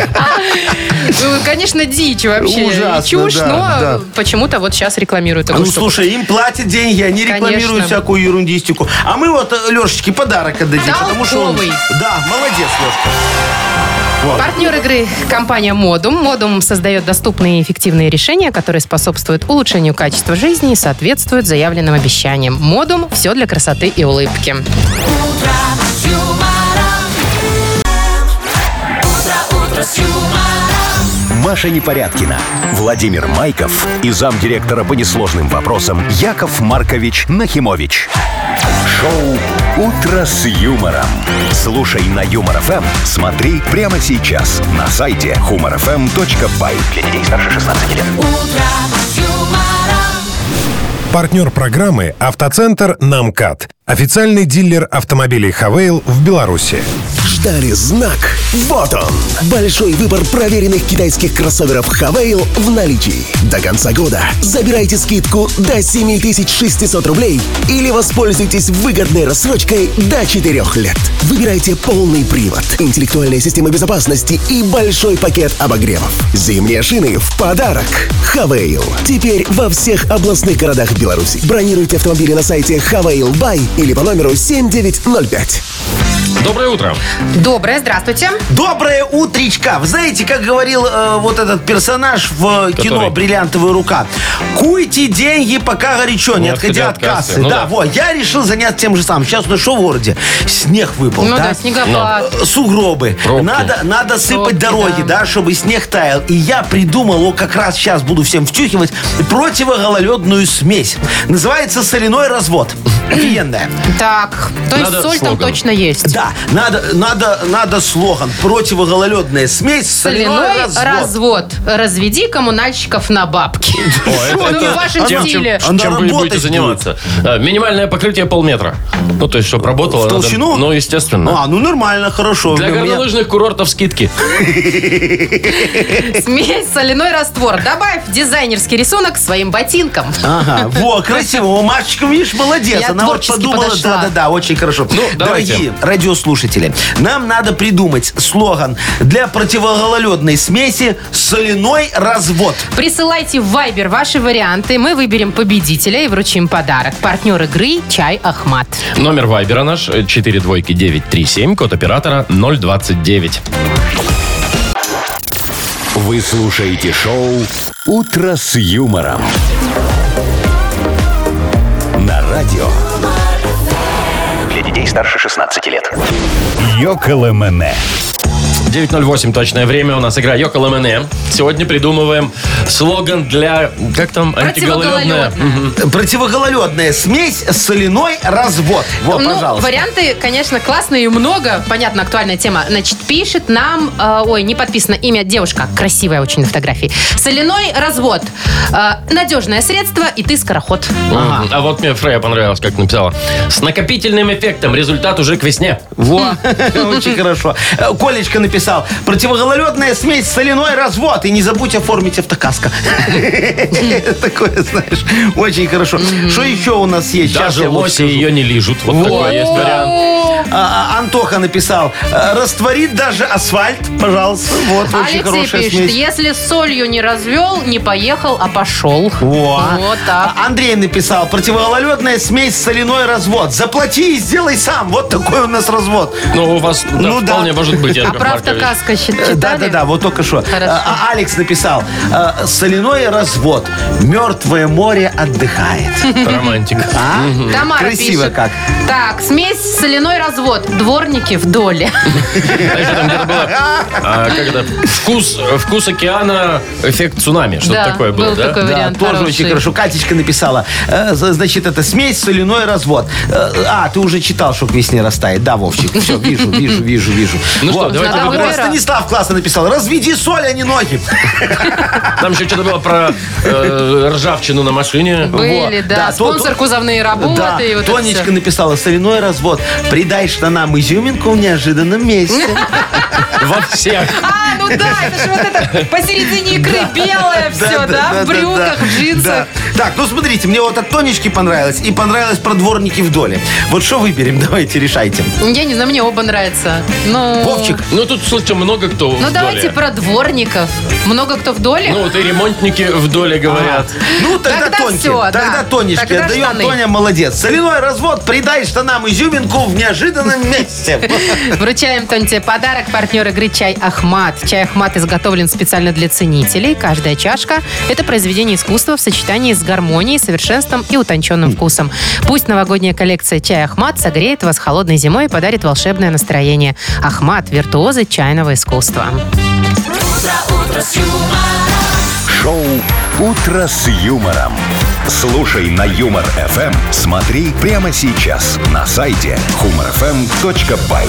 Ну, Конечно, дичь вообще.
Ужасно,
Чушь,
да,
но
да.
почему-то вот сейчас рекламируют
Ну,
такую штуку.
слушай, им платят деньги, они рекламируют
Конечно.
всякую ерундистику. А мы вот э, Лешечке подарок отдадим, потому что он...
Толковый.
Да, молодец, Лешка.
Партнер игры – компания «Модум». «Модум» создает доступные и эффективные решения, которые способствуют улучшению качества жизни и соответствуют заявленным обещаниям. «Модум» – все для красоты и улыбки.
Маша Непорядкина, Владимир Майков и замдиректора по несложным вопросам Яков Маркович Нахимович. Шоу «Утро с юмором». Слушай на Юмор ФМ, смотри прямо сейчас на сайте humorfm.by. Для детей старше 16 лет.
Партнер программы «Автоцентр Намкат». Официальный дилер автомобилей «Хавейл» в Беларуси.
Ждали знак. Вот он. Большой выбор проверенных китайских кроссоверов Хавейл в наличии. До конца года забирайте скидку до 7600 рублей или воспользуйтесь выгодной рассрочкой до 4 лет. Выбирайте полный привод, интеллектуальная система безопасности и большой пакет обогревов. Зимние шины в подарок. Хавейл. Теперь во всех областных городах Беларуси. Бронируйте автомобили на сайте Хавейл.бай или по номеру 7905.
Доброе утро.
Доброе, здравствуйте.
Доброе утречка. Вы знаете, как говорил э, вот этот персонаж в э, кино
Который?
«Бриллиантовая рука»? Куйте деньги, пока горячо, не, отходя, от кассы.
Ну
да,
да.
вот. Я решил заняться тем же самым. Сейчас у нас что в городе? Снег выпал,
Ну да,
да?
снегопад.
Э, Сугробы.
Пробки.
Надо, надо сыпать
Пробки,
дороги,
да.
да. чтобы снег таял. И я придумал, о, как раз сейчас буду всем втюхивать, противогололедную смесь. Называется соляной развод. Офигенная.
Так, то есть
Надо
соль там
слоган.
точно есть.
Да, надо, надо, надо слоган. Противогололедная смесь, соляной,
Соляной
развод.
развод. Разведи коммунальщиков на бабки. Ну, в вашем
Тем, чем,
стиле.
Она
чем вы и будете
А работать
заниматься. Э, Минимальное покрытие полметра. Ну, то есть, чтобы работало.
В
надо-
толщину?
ну, естественно.
А, ну нормально, хорошо.
Для
У меня-
горнолыжных курортов скидки.
Смесь соляной раствор. Добавь дизайнерский рисунок к своим ботинкам.
Ага, во, красиво. Мамашечка, видишь, молодец.
Я
Она вот
творчески
подумала,
подошла.
да-да-да, очень хорошо.
Ну, давайте.
Дорогие радиослушатели, нам надо придумать слоган для противогололедной смеси «Соляной развод».
Присылайте в Viber ваши варианты. Мы выберем победителя и вручим подарок. Партнер игры «Чай Ахмат».
Номер вайбера наш э, 42937, код оператора 029.
Вы слушаете шоу «Утро с юмором». На радио
Для детей старше 16 лет.
«Йоколэмэне».
9.08 точное время. У нас игра Йоко Ламене. Сегодня придумываем слоган для... Как там? Антигололедная.
Противогололедная.
Противогололедная смесь «Соляной развод». Во,
Ну,
пожалуйста.
варианты, конечно, классные и много. Понятно, актуальная тема. Значит, пишет нам, э, ой, не подписано имя девушка, красивая очень на фотографии. Соляной развод. Э, надежное средство, и ты скороход.
Мгм. А вот мне Фрея понравилось, как написала. С накопительным эффектом результат уже к весне.
Во, очень хорошо. Э, Колечка написал, противогололедная смесь, соляной развод. И не забудь оформить автокаско. Такое, знаешь, очень хорошо. Что еще у нас есть? Щас
Даже
я вам
лоси
скажу.
ее не лижут. Вот, такой есть вариант.
А, а, Антоха написал, э, растворит даже асфальт, пожалуйста. Вот, очень
Алексей
хорошая
пишет,
смесь.
если солью не развел, не поехал, а пошел.
Во.
Вот так.
А Андрей написал, противогололедная смесь, соляной развод. Заплати и сделай сам. Вот такой у нас развод.
Ну, у вас да,
Ну да.
вполне может быть, Яков
Про
Маркович.
автокаска А щит- читали?
Да-да-да, вот только что.
Хорошо.
А, Алекс написал, э, соляной развод, мертвое море отдыхает.
Романтик.
А?
Тамара
Красиво
пишет.
как.
Так, смесь соляной развод. Дворники в доле.
Знаете, там где-то было, а, как это, вкус, вкус океана, эффект цунами. Что-то
Да,
такое было,
был
да?
такой
Да,
вариант
тоже
хороший.
очень хорошо. Катечка написала. э, з- значит, это смесь, соляной развод. Э, а, ты уже читал, что к весне растает. Да, Вовчик. Все, вижу, вижу, вижу, вижу.
Ну что,
Вот.
давайте
Да,
А,
выберем.
выбирай.
Станислав классно написал. Разведи соль, а не ноги.
Там еще что-то было про э, ржавчину на машине.
Были,
Вот,
да.
да, то-
Спонсор
то-
кузовные работы.
Да,
и вот это
Тонечка
всё.
написала, соляной развод. Придай штанам изюминку в неожиданном месте.
Во всех.
А, ну да, это же вот это посередине икры белое все, да? В брюках,
да,
в джинсах.
да. Так, ну смотрите, мне вот от Тонечки понравилось и понравилось про дворники в доле. Вот что выберем, давайте решайте.
Я не знаю, мне оба нравятся. Ну,
Вовчик,
Ну, тут, слушайте, много кто в
Ну
доле.
давайте про дворников. Много кто в доле?
Ну, вот и ремонтники в доле говорят.
А.
Ну, тогда,
Тогда
тонкие.
всё, да.
тогда тонечки.
Тогда
отдаем
штаны.
Тоня молодец. Соляной развод, придай штанам изюминку в неожиданном месте.
Вручаем Тонь тебе подарок. Партнер игры «Чай Ахмат». Чай Ахмат изготовлен специально для ценителей. Каждая чашка – это произведение искусства в сочетании с гармонией, совершенством и утонченным вкусом. Пусть новогодняя коллекция «Чай Ахмат» согреет вас холодной зимой и подарит волшебное настроение. Ахмат – виртуозы чайного искусства.
Шоу «Утро с юмором». Слушай на Юмор ФМ. Смотри прямо сейчас на сайте humorfm.by.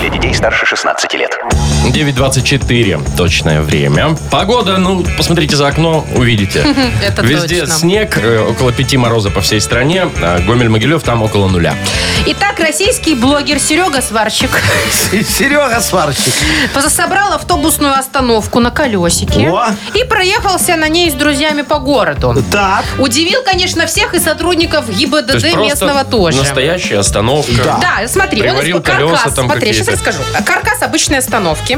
Для детей старше 16 лет. старше 16 лет.
9.24 точное время. Погода, ну, посмотрите за окно, увидите.
Это
Везде
точно.
снег, э, около 5 мороза по всей стране. а Гомель-Могилев там около нуля.
Итак, российский блогер Серега Сварщик
Серега сварщик.
позасобрал автобусную остановку на колесике
О.
и проехался на ней с друзьями по городу.
Так.
Удивил, конечно, всех и сотрудников
То есть
ГИБДД
просто
местного тоже.
Настоящая остановка.
Да, смотри, он
Приварил
исп- каркас,
колеса там
смотри, сейчас
какие-то.
расскажу. Каркас обычной остановки.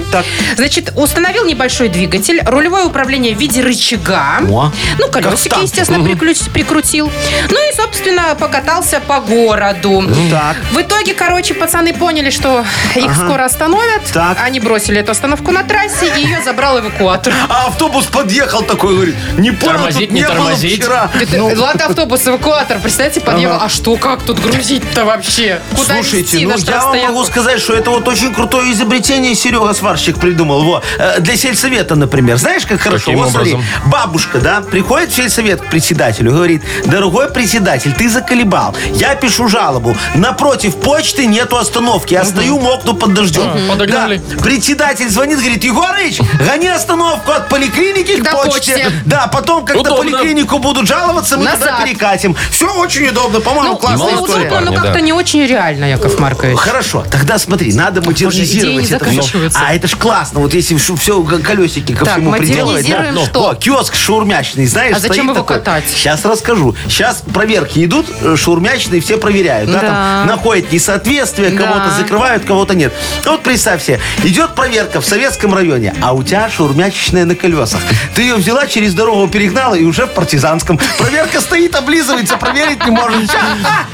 Значит, установил небольшой двигатель, рулевое управление в виде рычага.
О.
Ну, колесики,
танк.
естественно, приключ- прикрутил. Ну и, собственно, покатался по городу.
Так.
В итоге, короче, пацаны поняли, что их скоро остановят.
Так.
Они бросили эту остановку на трассе, и ее забрал эвакуатор.
А автобус подъехал такой, говорит, не понял,
Тормозить,
тут
не
не, было
тормозить.
вчера.
Это- Ладно, автобус, эвакуатор, представьте, подъехал. А что, как тут грузить-то вообще? Куда
Слушайте,
везти?
ну
На что
я вам
расстояние?
могу сказать, что это вот очень крутое изобретение Серега Сварщик придумал. Во. Э, Для сельсовета, например. Знаешь, как хорошо?
Каким
вот смотри,
образом?
бабушка, да, приходит в сельсовет к председателю, говорит, дорогой председатель, ты заколебал. Я пишу жалобу. Напротив почты нету остановки. Я стою, мокну под дождем.
А, подогнали.
Да. Председатель звонит, говорит, Егорыч, гони остановку от поликлиники к
До
почте.
почте.
Да, потом, когда
Удобно.
поликлинику будут жаловаться, мы
Назад.
тогда перекатим. Все очень удобно, по-моему,
Ну,
классная
молодцы,
история.
удобно, но
парни, да.
как-то не очень реально,
Ну,
Яков Маркович.
Э, Хорошо, тогда смотри, надо модернизировать
идеи
это всё.
заканчиваются.
А это ж классно, вот если все колесики ко
Так,
всему приделывать.
модернизируем что?
О, киоск шаурмячный, знаешь,
А зачем
стоит
его
такой.
катать?
Сейчас расскажу. Сейчас проверки идут, э, шаурмячные все проверяют. Да.
Да.
там находят несоответствие,
Да.
кого-то закрывают, кого-то нет. Ну, Вот представь себе, идет проверка в советском районе, а у тебя шаурмячечная на колесах. Ты ее взяла, через дорогу перегнала и уже в партизанском. Проверка стоит, облизывается, проверить не может.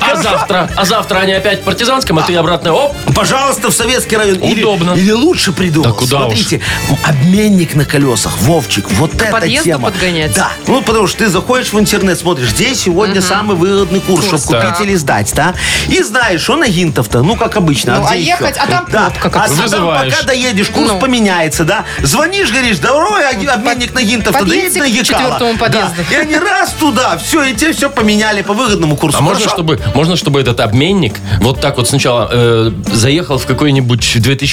А завтра? А завтра они опять в партизанском, а ты обратно, оп,
Пожалуйста, в советский район. Или-
Удобно.
Или, лучше придумал.
Да куда уж.
Смотрите, обменник на колесах, Вовчик, вот это
подъезду
тема.
подгонять?
Да. Ну, потому что ты заходишь в интернет, смотришь, здесь сегодня самый выгодный курс,
Курс,
чтобы
так.
купить или сдать, да? И знаешь, он агентов-то, ну, как обычно.
Ну,
а
а
где
ехать,
еще?
а там
да.
пробка
А
какая-то.
там
Вызываешь.
пока доедешь, курс
Ну.
поменяется, да? Звонишь, говоришь, здоровый аги- обменник на гинтов-то, доедь
подъедьте
на
к
Якала.
четвертому
Да.
подъезду.
И они раз туда, все, и тебе все поменяли по выгодному курсу.
А можно
Хорошо?
чтобы, можно, чтобы этот обменник вот так вот сначала э, заехал в какой-нибудь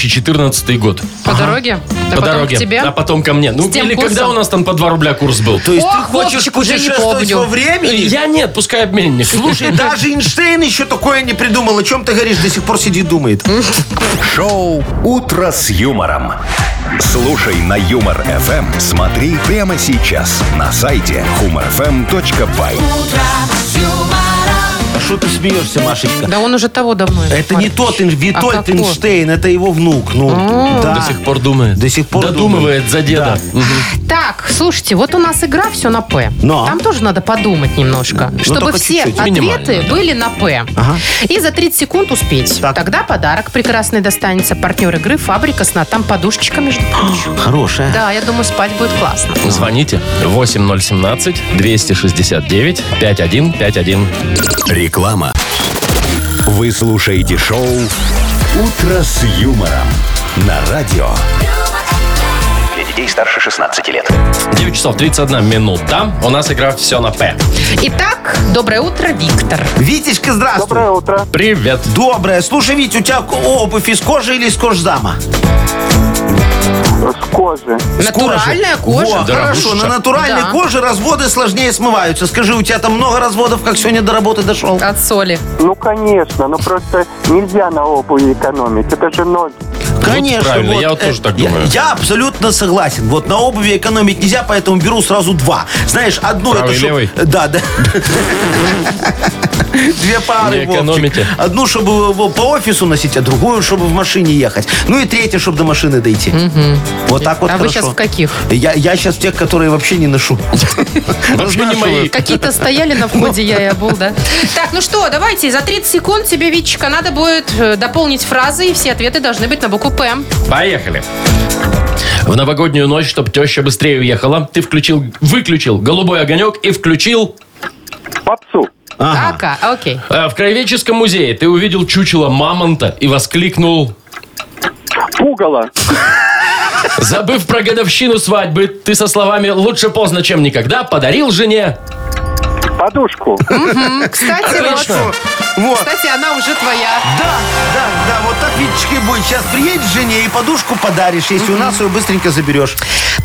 2014 год?
По дороге? А
по
потом
дороге,
к тебе?
а потом ко мне. Ну,
С тем
или
курсом?
когда у нас там по 2 рубля курс был?
То есть
Ох,
ты хочешь
Вовчик, уже не
путешествовать
помню.
во времени?
Я нет, пускай обменник.
Слушай, даже Эйнштейн еще такое не придумал. О чем ты говоришь? До сих пор сидит, думает.
Шоу «Утро с юмором». Слушай на Юмор ФМ. Смотри прямо сейчас на сайте humorfm.by.
А что ты смеешься, Машечка?
Да он уже того давно. Яков
Это не
Маркович.
тот Ин-
А
Витольд
какой?
Эйнштейн, это его внук. Ну, да.
До сих пор думает.
До сих пор
Додумывает за
думает.
деда. Мгм.
Так, слушайте, вот у нас игра все на П.
Но.
Там тоже надо подумать немножко, чтобы
Ну, а? только
все
чуть-чуть.
ответы
Минимально, да.
были на П. И за 30 секунд успеть.
Так.
Тогда подарок прекрасный достанется. Партнер игры «Фабрика сна». Там подушечка, между прочим.
Хорошая.
Да, я думаю, спать будет классно.
Звоните 8017-269-5151.
Реклама. Вы слушаете шоу «Утро с юмором» на радио.
Для детей старше 16 лет.
9 часов 31 минута. У нас игра «Все на П».
Итак, доброе утро, Виктор.
Витечка, здравствуй.
Доброе утро.
Привет.
Доброе. Слушай, Вить, у тебя обувь из кожи или из кожзама?
С кожи.
С кожи.
Натуральная
Во,
кожа.
хорошо, на натуральной
Да.
коже разводы сложнее смываются. Скажи, у тебя там много разводов, как сегодня до работы дошел?
От соли.
Ну, конечно, но просто нельзя на обуви экономить. Это же ноги.
Конечно.
правильно, я вот тоже так
я-
думаю.
Я, абсолютно согласен. Вот на обуви экономить нельзя, поэтому беру сразу два. Знаешь, одну
Правый
это... чтоб-
левый?
Да, да. Две пары,
Не
Вовчик.
экономите.
Одну, чтобы его по офису носить, а другую, чтобы в машине ехать. Ну и третью, чтобы до машины дойти. Вот так вот
а вы
хорошо.
сейчас в каких?
Я, я сейчас в тех, которые вообще не ношу.
Вообще не мои.
Какие-то стояли на входе, я и обул, да? Так, ну что, давайте, за 30 секунд тебе, Витечка, надо будет э, дополнить фразы, и все ответы должны быть на букву «П».
Поехали. В новогоднюю ночь, чтобы теща быстрее уехала, ты включил, выключил голубой огонек и включил...
Попсу.
Ака, окей.
Э, в Краеведческом музее ты увидел чучело мамонта и воскликнул...
Пугало.
Забыв про годовщину свадьбы, ты со словами «лучше поздно, чем никогда» подарил жене...
Подушку.
М, Кстати, вот.
Вот.
Кстати, она уже твоя.
Да, да, да, вот так, Витечка, и будет. Сейчас приедешь к жене и подушку подаришь, если у нас ее быстренько заберешь.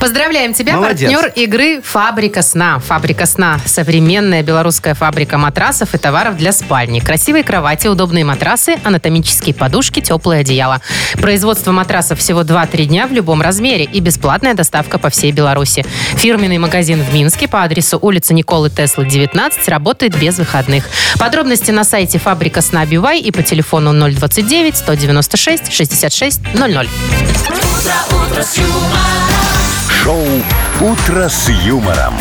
Поздравляем тебя,
Молодец.
партнер игры «Фабрика сна». «Фабрика сна» – современная белорусская фабрика матрасов и товаров для спальни. Красивые кровати, удобные матрасы, анатомические подушки, теплое одеяло. Производство матрасов всего 2-3 дня в любом размере и бесплатная доставка по всей Беларуси. Фирменный магазин в Минске по адресу улица Николы Теслы, 19, работает без выходных. Подробности на сайте «Фабрика сна Бивай» и по телефону 029 196 66 00.
Шоу «Утро с юмором».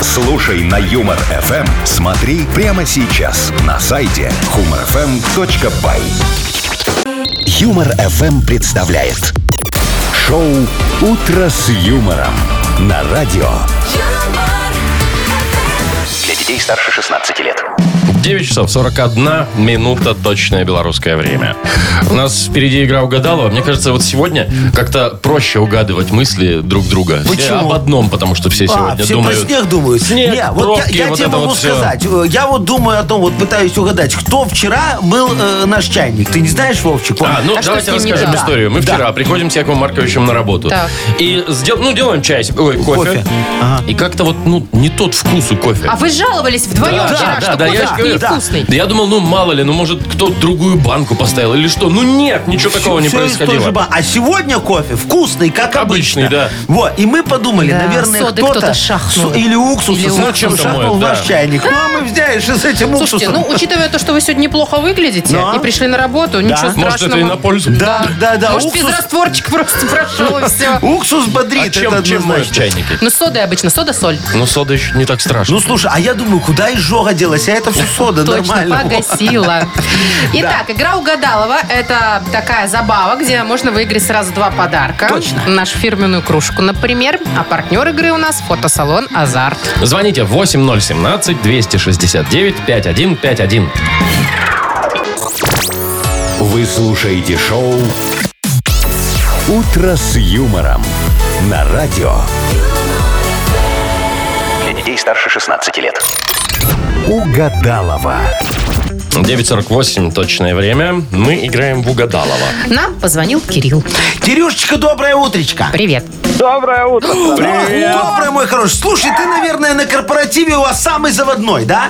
Слушай на Юмор ФМ. Смотри прямо сейчас на сайте humorfm.by. Юмор ФМ представляет шоу «Утро с юмором» на радио.
Для детей старше 16 лет.
9 часов 41 минута точное белорусское время. У нас впереди игра угадалова. Мне кажется, вот сегодня как-то проще угадывать мысли друг друга. Все
Почему?
об одном, потому что все сегодня
а, все
думают.
про снег думают.
Снег,
Не, вот
пробки,
я, я
вот
тебе
это
могу
вот всё.
сказать. Э, Я вот думаю о том, вот пытаюсь угадать, кто вчера был э, наш чайник. Ты не знаешь, Вовчик?
А, ну
А что
давайте
с ним не
расскажем
так?
историю. Мы вчера приходим с Яковом Марковичем на работу.
Так.
И сдел- ну, делаем чай, себе- ой, кофе.
Кофе.
И как-то вот ну, не тот вкус у кофе.
А вы жаловались вдвоем
Да,
вчера,
да,
что
да, я
кофе
же говорю,
невкусный.
Да я думал, ну мало ли, ну может кто другую банку поставил или что. Ну нет, ничего такого не
Всё из той же
происходило.
ба- А сегодня кофе вкусный, как обычно.
Обычный, да.
Вот, и мы подумали,
Да,
наверное,
соды кто-то
кто-то...
шахнул.
су- Или уксус.
Или
уксус. Ну, чем-то
шахнул в
моет, да.
наш чайник. Ну, а мы взяли с этим
Слушайте,
уксусом.
ну, учитывая то, что вы сегодня неплохо выглядите
Да.
и пришли на работу, ничего страшного.
Может, это и на пользу.
Да, да, да,
Может,
уксус.
физрастворчик просто прошел и все.
Уксус бодрит,
А чем,
это
чем моют
однозначно.
чайники?
Ну, с содой обычно, сода-соль.
Ну, сода еще не так страшно.
Ну, слушай, а я думаю, куда изжога делась? А это все сода,
Точно,
нормально.
погасила. Итак, игра угадалова. Это такая забава, где можно выиграть сразу два подарка.
Точно.
Нашу фирменную кружку, например. А партнер игры у нас фотосалон «Азарт».
Звоните 8017-269-5151.
Вы слушаете шоу «Утро с юмором» на радио.
Для детей старше 16 лет.
Угадалова.
9.48 точное время. Мы играем в Угадалова.
Нам позвонил Кирилл.
Кирюшечка, доброе утречко.
Привет.
Доброе утро.
О, Доброе, мой хороший. Слушай, ты, наверное, на корпоративе у вас самый заводной, да?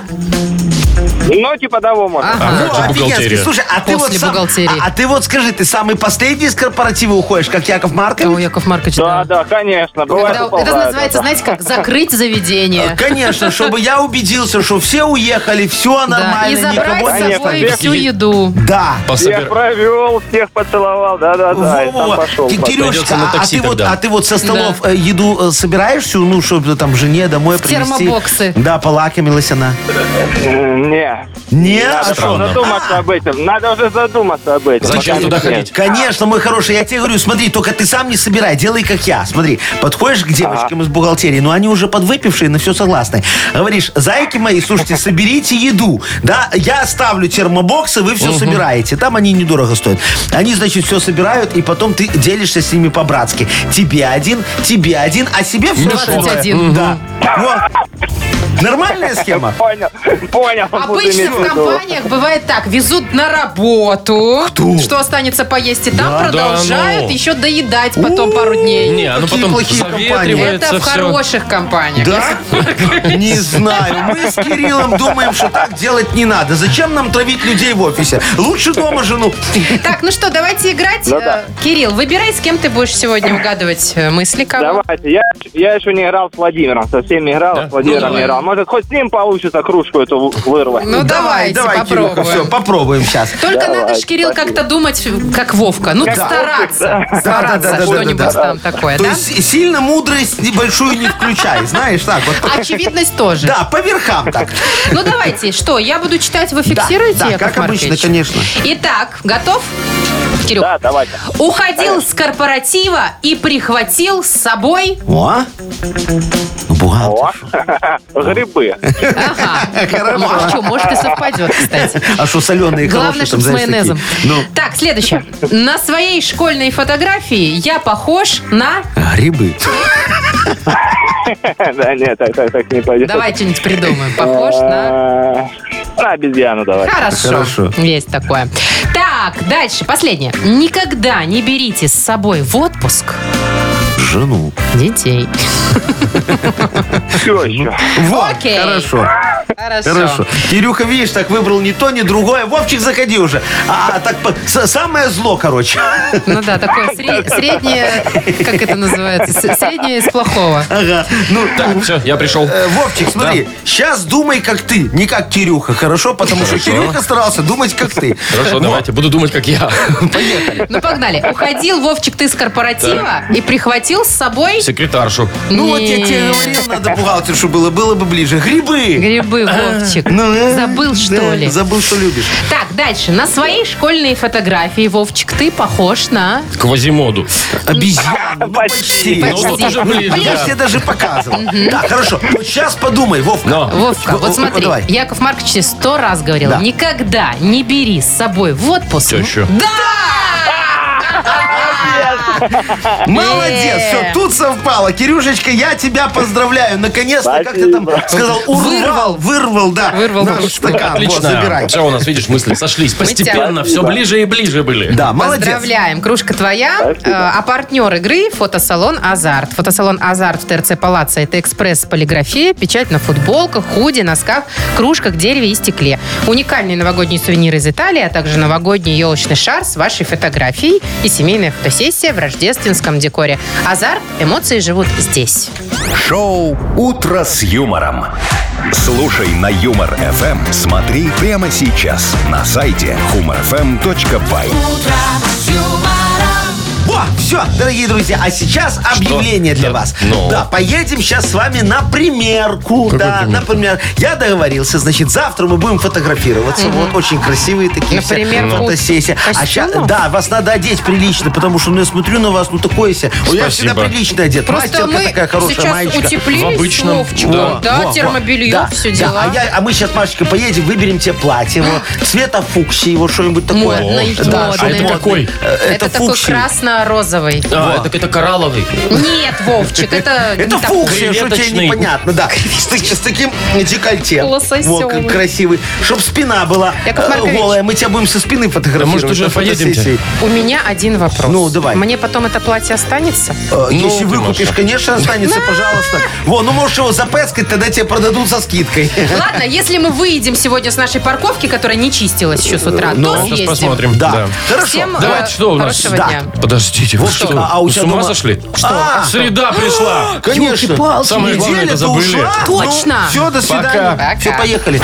Ну, типа того, может.
Ага.
А,
Во,
как же
офигенский.
бухгалтерия.
Слушай, а ты
После
вот сам-
бухгалтерии.
а, а ты вот скажи, ты самый последний из корпоратива уходишь, как Яков
О,
Маркович?
Яков Маркович,
Да,
да.
да, конечно. Бывает,
Когда-
бывает,
Это называется,
да.
знаете как, закрыть заведение.
Конечно, чтобы я убедился, что все уехали, все
Да, и
нормально,
забрать
никого
с
нет.
собой
Конечно,
всю
бегать.
еду.
Да.
Всех
Пособир-
провел, всех поцеловал, да-да-да, и сам
Во-во-во.
пошел.
Ки-
Придется
Кирюшечка,
на
а,
такси
ты вот,
тогда.
а ты вот со столов э, еду э, собираешь всю, ну, чтобы там жене домой принести?
термобоксы.
Да, полакомилась она.
М, Не,
Не, а
надо
что?
задуматься об этом, надо уже задуматься об этом.
Зачем
Пока
туда
нет.
ходить?
Конечно, мой хороший, я тебе говорю, смотри, только ты сам не собирай, делай как я. Смотри, подходишь к девочкам из бухгалтерии, ну они уже подвыпившие, на все согласны. Говоришь, зайки мои, слушайте, соберите еду, да, я ставлю термобоксы, вы все собираете. Там они недорого стоят. Они, значит, все собирают, и потом ты делишься с ними по-братски. Тебе один, тебе один, а себе все
21.
Да. Вот. Нормальная схема?
Понял, понял. буду
Обычно
иметь в
в
виду.
компаниях бывает так. Везут на работу, что останется поесть, и там продолжают
Да ну.
еще доедать потом пару дней.
Не, оно
Какие
потом
плохие компании.
заветривается
Это в
все.
хороших компаниях.
Да? Не знаю. Мы с Кириллом думаем, что так делать не надо. Зачем нам травить людей в офисе? Лучше дома жену.
Так, ну что, давайте играть.
Ну да.
Э, Кирилл, выбирай, с кем ты будешь сегодня угадывать э, мысли кого.
Давайте, я, я еще не играл с Владимиром, совсем не играл,
Да?
с Владимиром
Ну,
не
давай.
играл. Может, хоть с ним получится кружку эту вырвать.
Ну давайте,
Кирюха,
попробуем.
все, попробуем сейчас.
Только
Давай,
надо ж, Кирилл,
спасибо.
как-то думать, как Вовка. Ну, стараться. Стараться
Да-да-да-да-да-да.
что-нибудь там такое,
То
да?
есть сильно мудрость небольшую не включай, знаешь, так вот.
Очевидность тоже.
Да, по верхам так.
Ну давайте, что, я буду читать, вы
Да,
фиксируете,
да,
Яков
как обычно,
Маркович?
конечно.
Итак, готов? Кирюх,
Да, давайте.
уходил с корпоратива и прихватил с собой...
О, а? ну, бухгалтер.
О, грибы.
Ага. А что, может и совпадет, кстати.
А что, соленые
Главное,
калоши там,
чтобы с
знаешь,
майонезом.
такие? Ну,
Так, следующее. На своей школьной фотографии я похож на...
грибы.
Да нет, так, так, так не пойдет.
Давай что-нибудь придумаем. Похож на...
А, Обезьяну давай.
Хорошо.
Хорошо.
Есть такое. Так, дальше, последнее. Никогда не берите с собой в отпуск
Жену.
детей.
Все еще.
Вот,
Окей.
хорошо.
Хорошо.
Хорошо. Кирюха, видишь, так выбрал ни то, ни другое. Вовчик, заходи уже. А, так по- с- самое зло, короче.
Ну да, такое сре- среднее, как это называется, С- среднее из плохого.
Ага. Ну,
Так, все, я пришел.
э, Вовчик, смотри, сейчас думай, как ты, не как Кирюха, хорошо? Потому что Кирюха старался думать, как ты.
Хорошо, давайте, буду думать, как я.
Ну погнали. Уходил, Вовчик, ты с корпоратива и прихватил с собой
Секретаршу.
Ну, вот я тебе
Не.
говорил, надо бухгалтершу было, было бы ближе. Грибы.
грибы, Вовчик.
Ну, э,
Забыл, что
да,
ли?
Забыл, что любишь.
Так, дальше. На своей школьной фотографии, Вовчик, ты похож на...
Квазимоду.
Обезьяну. ну,
Почти.
почти.
Ну, вот уже ближе,
Я тебе
да.
даже показывал. Так, хорошо. Вот сейчас подумай, Вовка.
Но.
Вовка,
Во- во-
вот смотри,
давай.
Яков Маркович тебе сто раз говорил,
Да.
никогда не бери с собой в отпуск.
Тещу.
Молодец,
Э.
все, тут совпало. Кирюшечка, я тебя поздравляю. Наконец-то, как ты там сказал, урвал, вырвал, да.
Вырвал
наш
ручку.
стакан. А, Вот,
Отлично.
забирай.
Все, у нас, видишь, мысли сошлись. Постепенно,
Спасибо.
все ближе и ближе были.
Да, молодец.
Поздравляем. Кружка твоя. Э, А партнер игры – фотосалон «Азарт». Фотосалон «Азарт» в ТРЦ «Палаца» – это экспресс-полиграфия, печать на футболках, худи, носках, кружках, дереве и стекле. Уникальные новогодние сувениры из Италии, а также новогодний елочный шар с вашей фотографией и семейная фотосессия в рождественском декоре. «Азарт» – эмоции живут здесь.
Шоу «Утро с юмором». Слушай на Юмор ФМ. Смотри прямо сейчас на сайте humorfm.by.
Во, все, дорогие друзья, а сейчас объявление для
Да,
вас.
ну.
Да, поедем сейчас с вами на примерку. да, например, я договорился, значит, завтра мы будем фотографироваться. Вот, очень красивые такие все
Например, у
фотосессии. А сейчас,
костюмов?
да, вас надо одеть прилично, потому что, ну, я смотрю на вас, ну, такое себе. Ой, Я всегда
Спасибо.
прилично одет.
Просто
Мастерка
мы
такая хорошая,
сейчас
маечка.
утеплились,
В обычном,
Вовчик.
да.
Да,
Во, во,
термобелье,
да,
все
да.
дела.
А, я- а мы сейчас, Машечка, поедем, выберем тебе платье, вот, цвета фуксии, вот что-нибудь такое.
Модный, модный.
Да, что-то
А это
модное.
какой?
Э,
Это, такой
фуксий.
красно-розовый.
А, так это коралловый.
Нет, Вовчик, это... не
Это
так.
фуксия, что тебе
Креветочный.
непонятно, да. С, таки- с таким декольте.
Лососёвый.
Во, как красивый. Чтоб спина была
Яков
э,
Маркович.
голая. Мы тебя будем со спины фотографировать.
Да, может, уже
на
поедемте?
фотосессии.
У меня один вопрос.
Ну, давай.
Мне потом это платье останется?
Э,
Ну,
Если
ты,
выкупишь,
Маша.
конечно, останется, пожалуйста. Во, ну можешь его запескать, тогда тебе продадут со скидкой.
Ладно, если мы выйдем сегодня с нашей парковки, которая не чистилась еще с утра,
Ну,
то
Сейчас
съездим.
посмотрим.
Да. Хорошо.
Всем
Давайте,
э,
что у нас?
хорошего
Да.
дня.
Подождите, вы
Вот
что?
так, а- а у
Вы с
тебя
ума
дома-
сошли?
А.
Среда пришла.
Конечно.
Самое главное, это
Неделя-то
забыли.
ушла.
Точно.
все, до свидания.
Пока.
Все, поехали.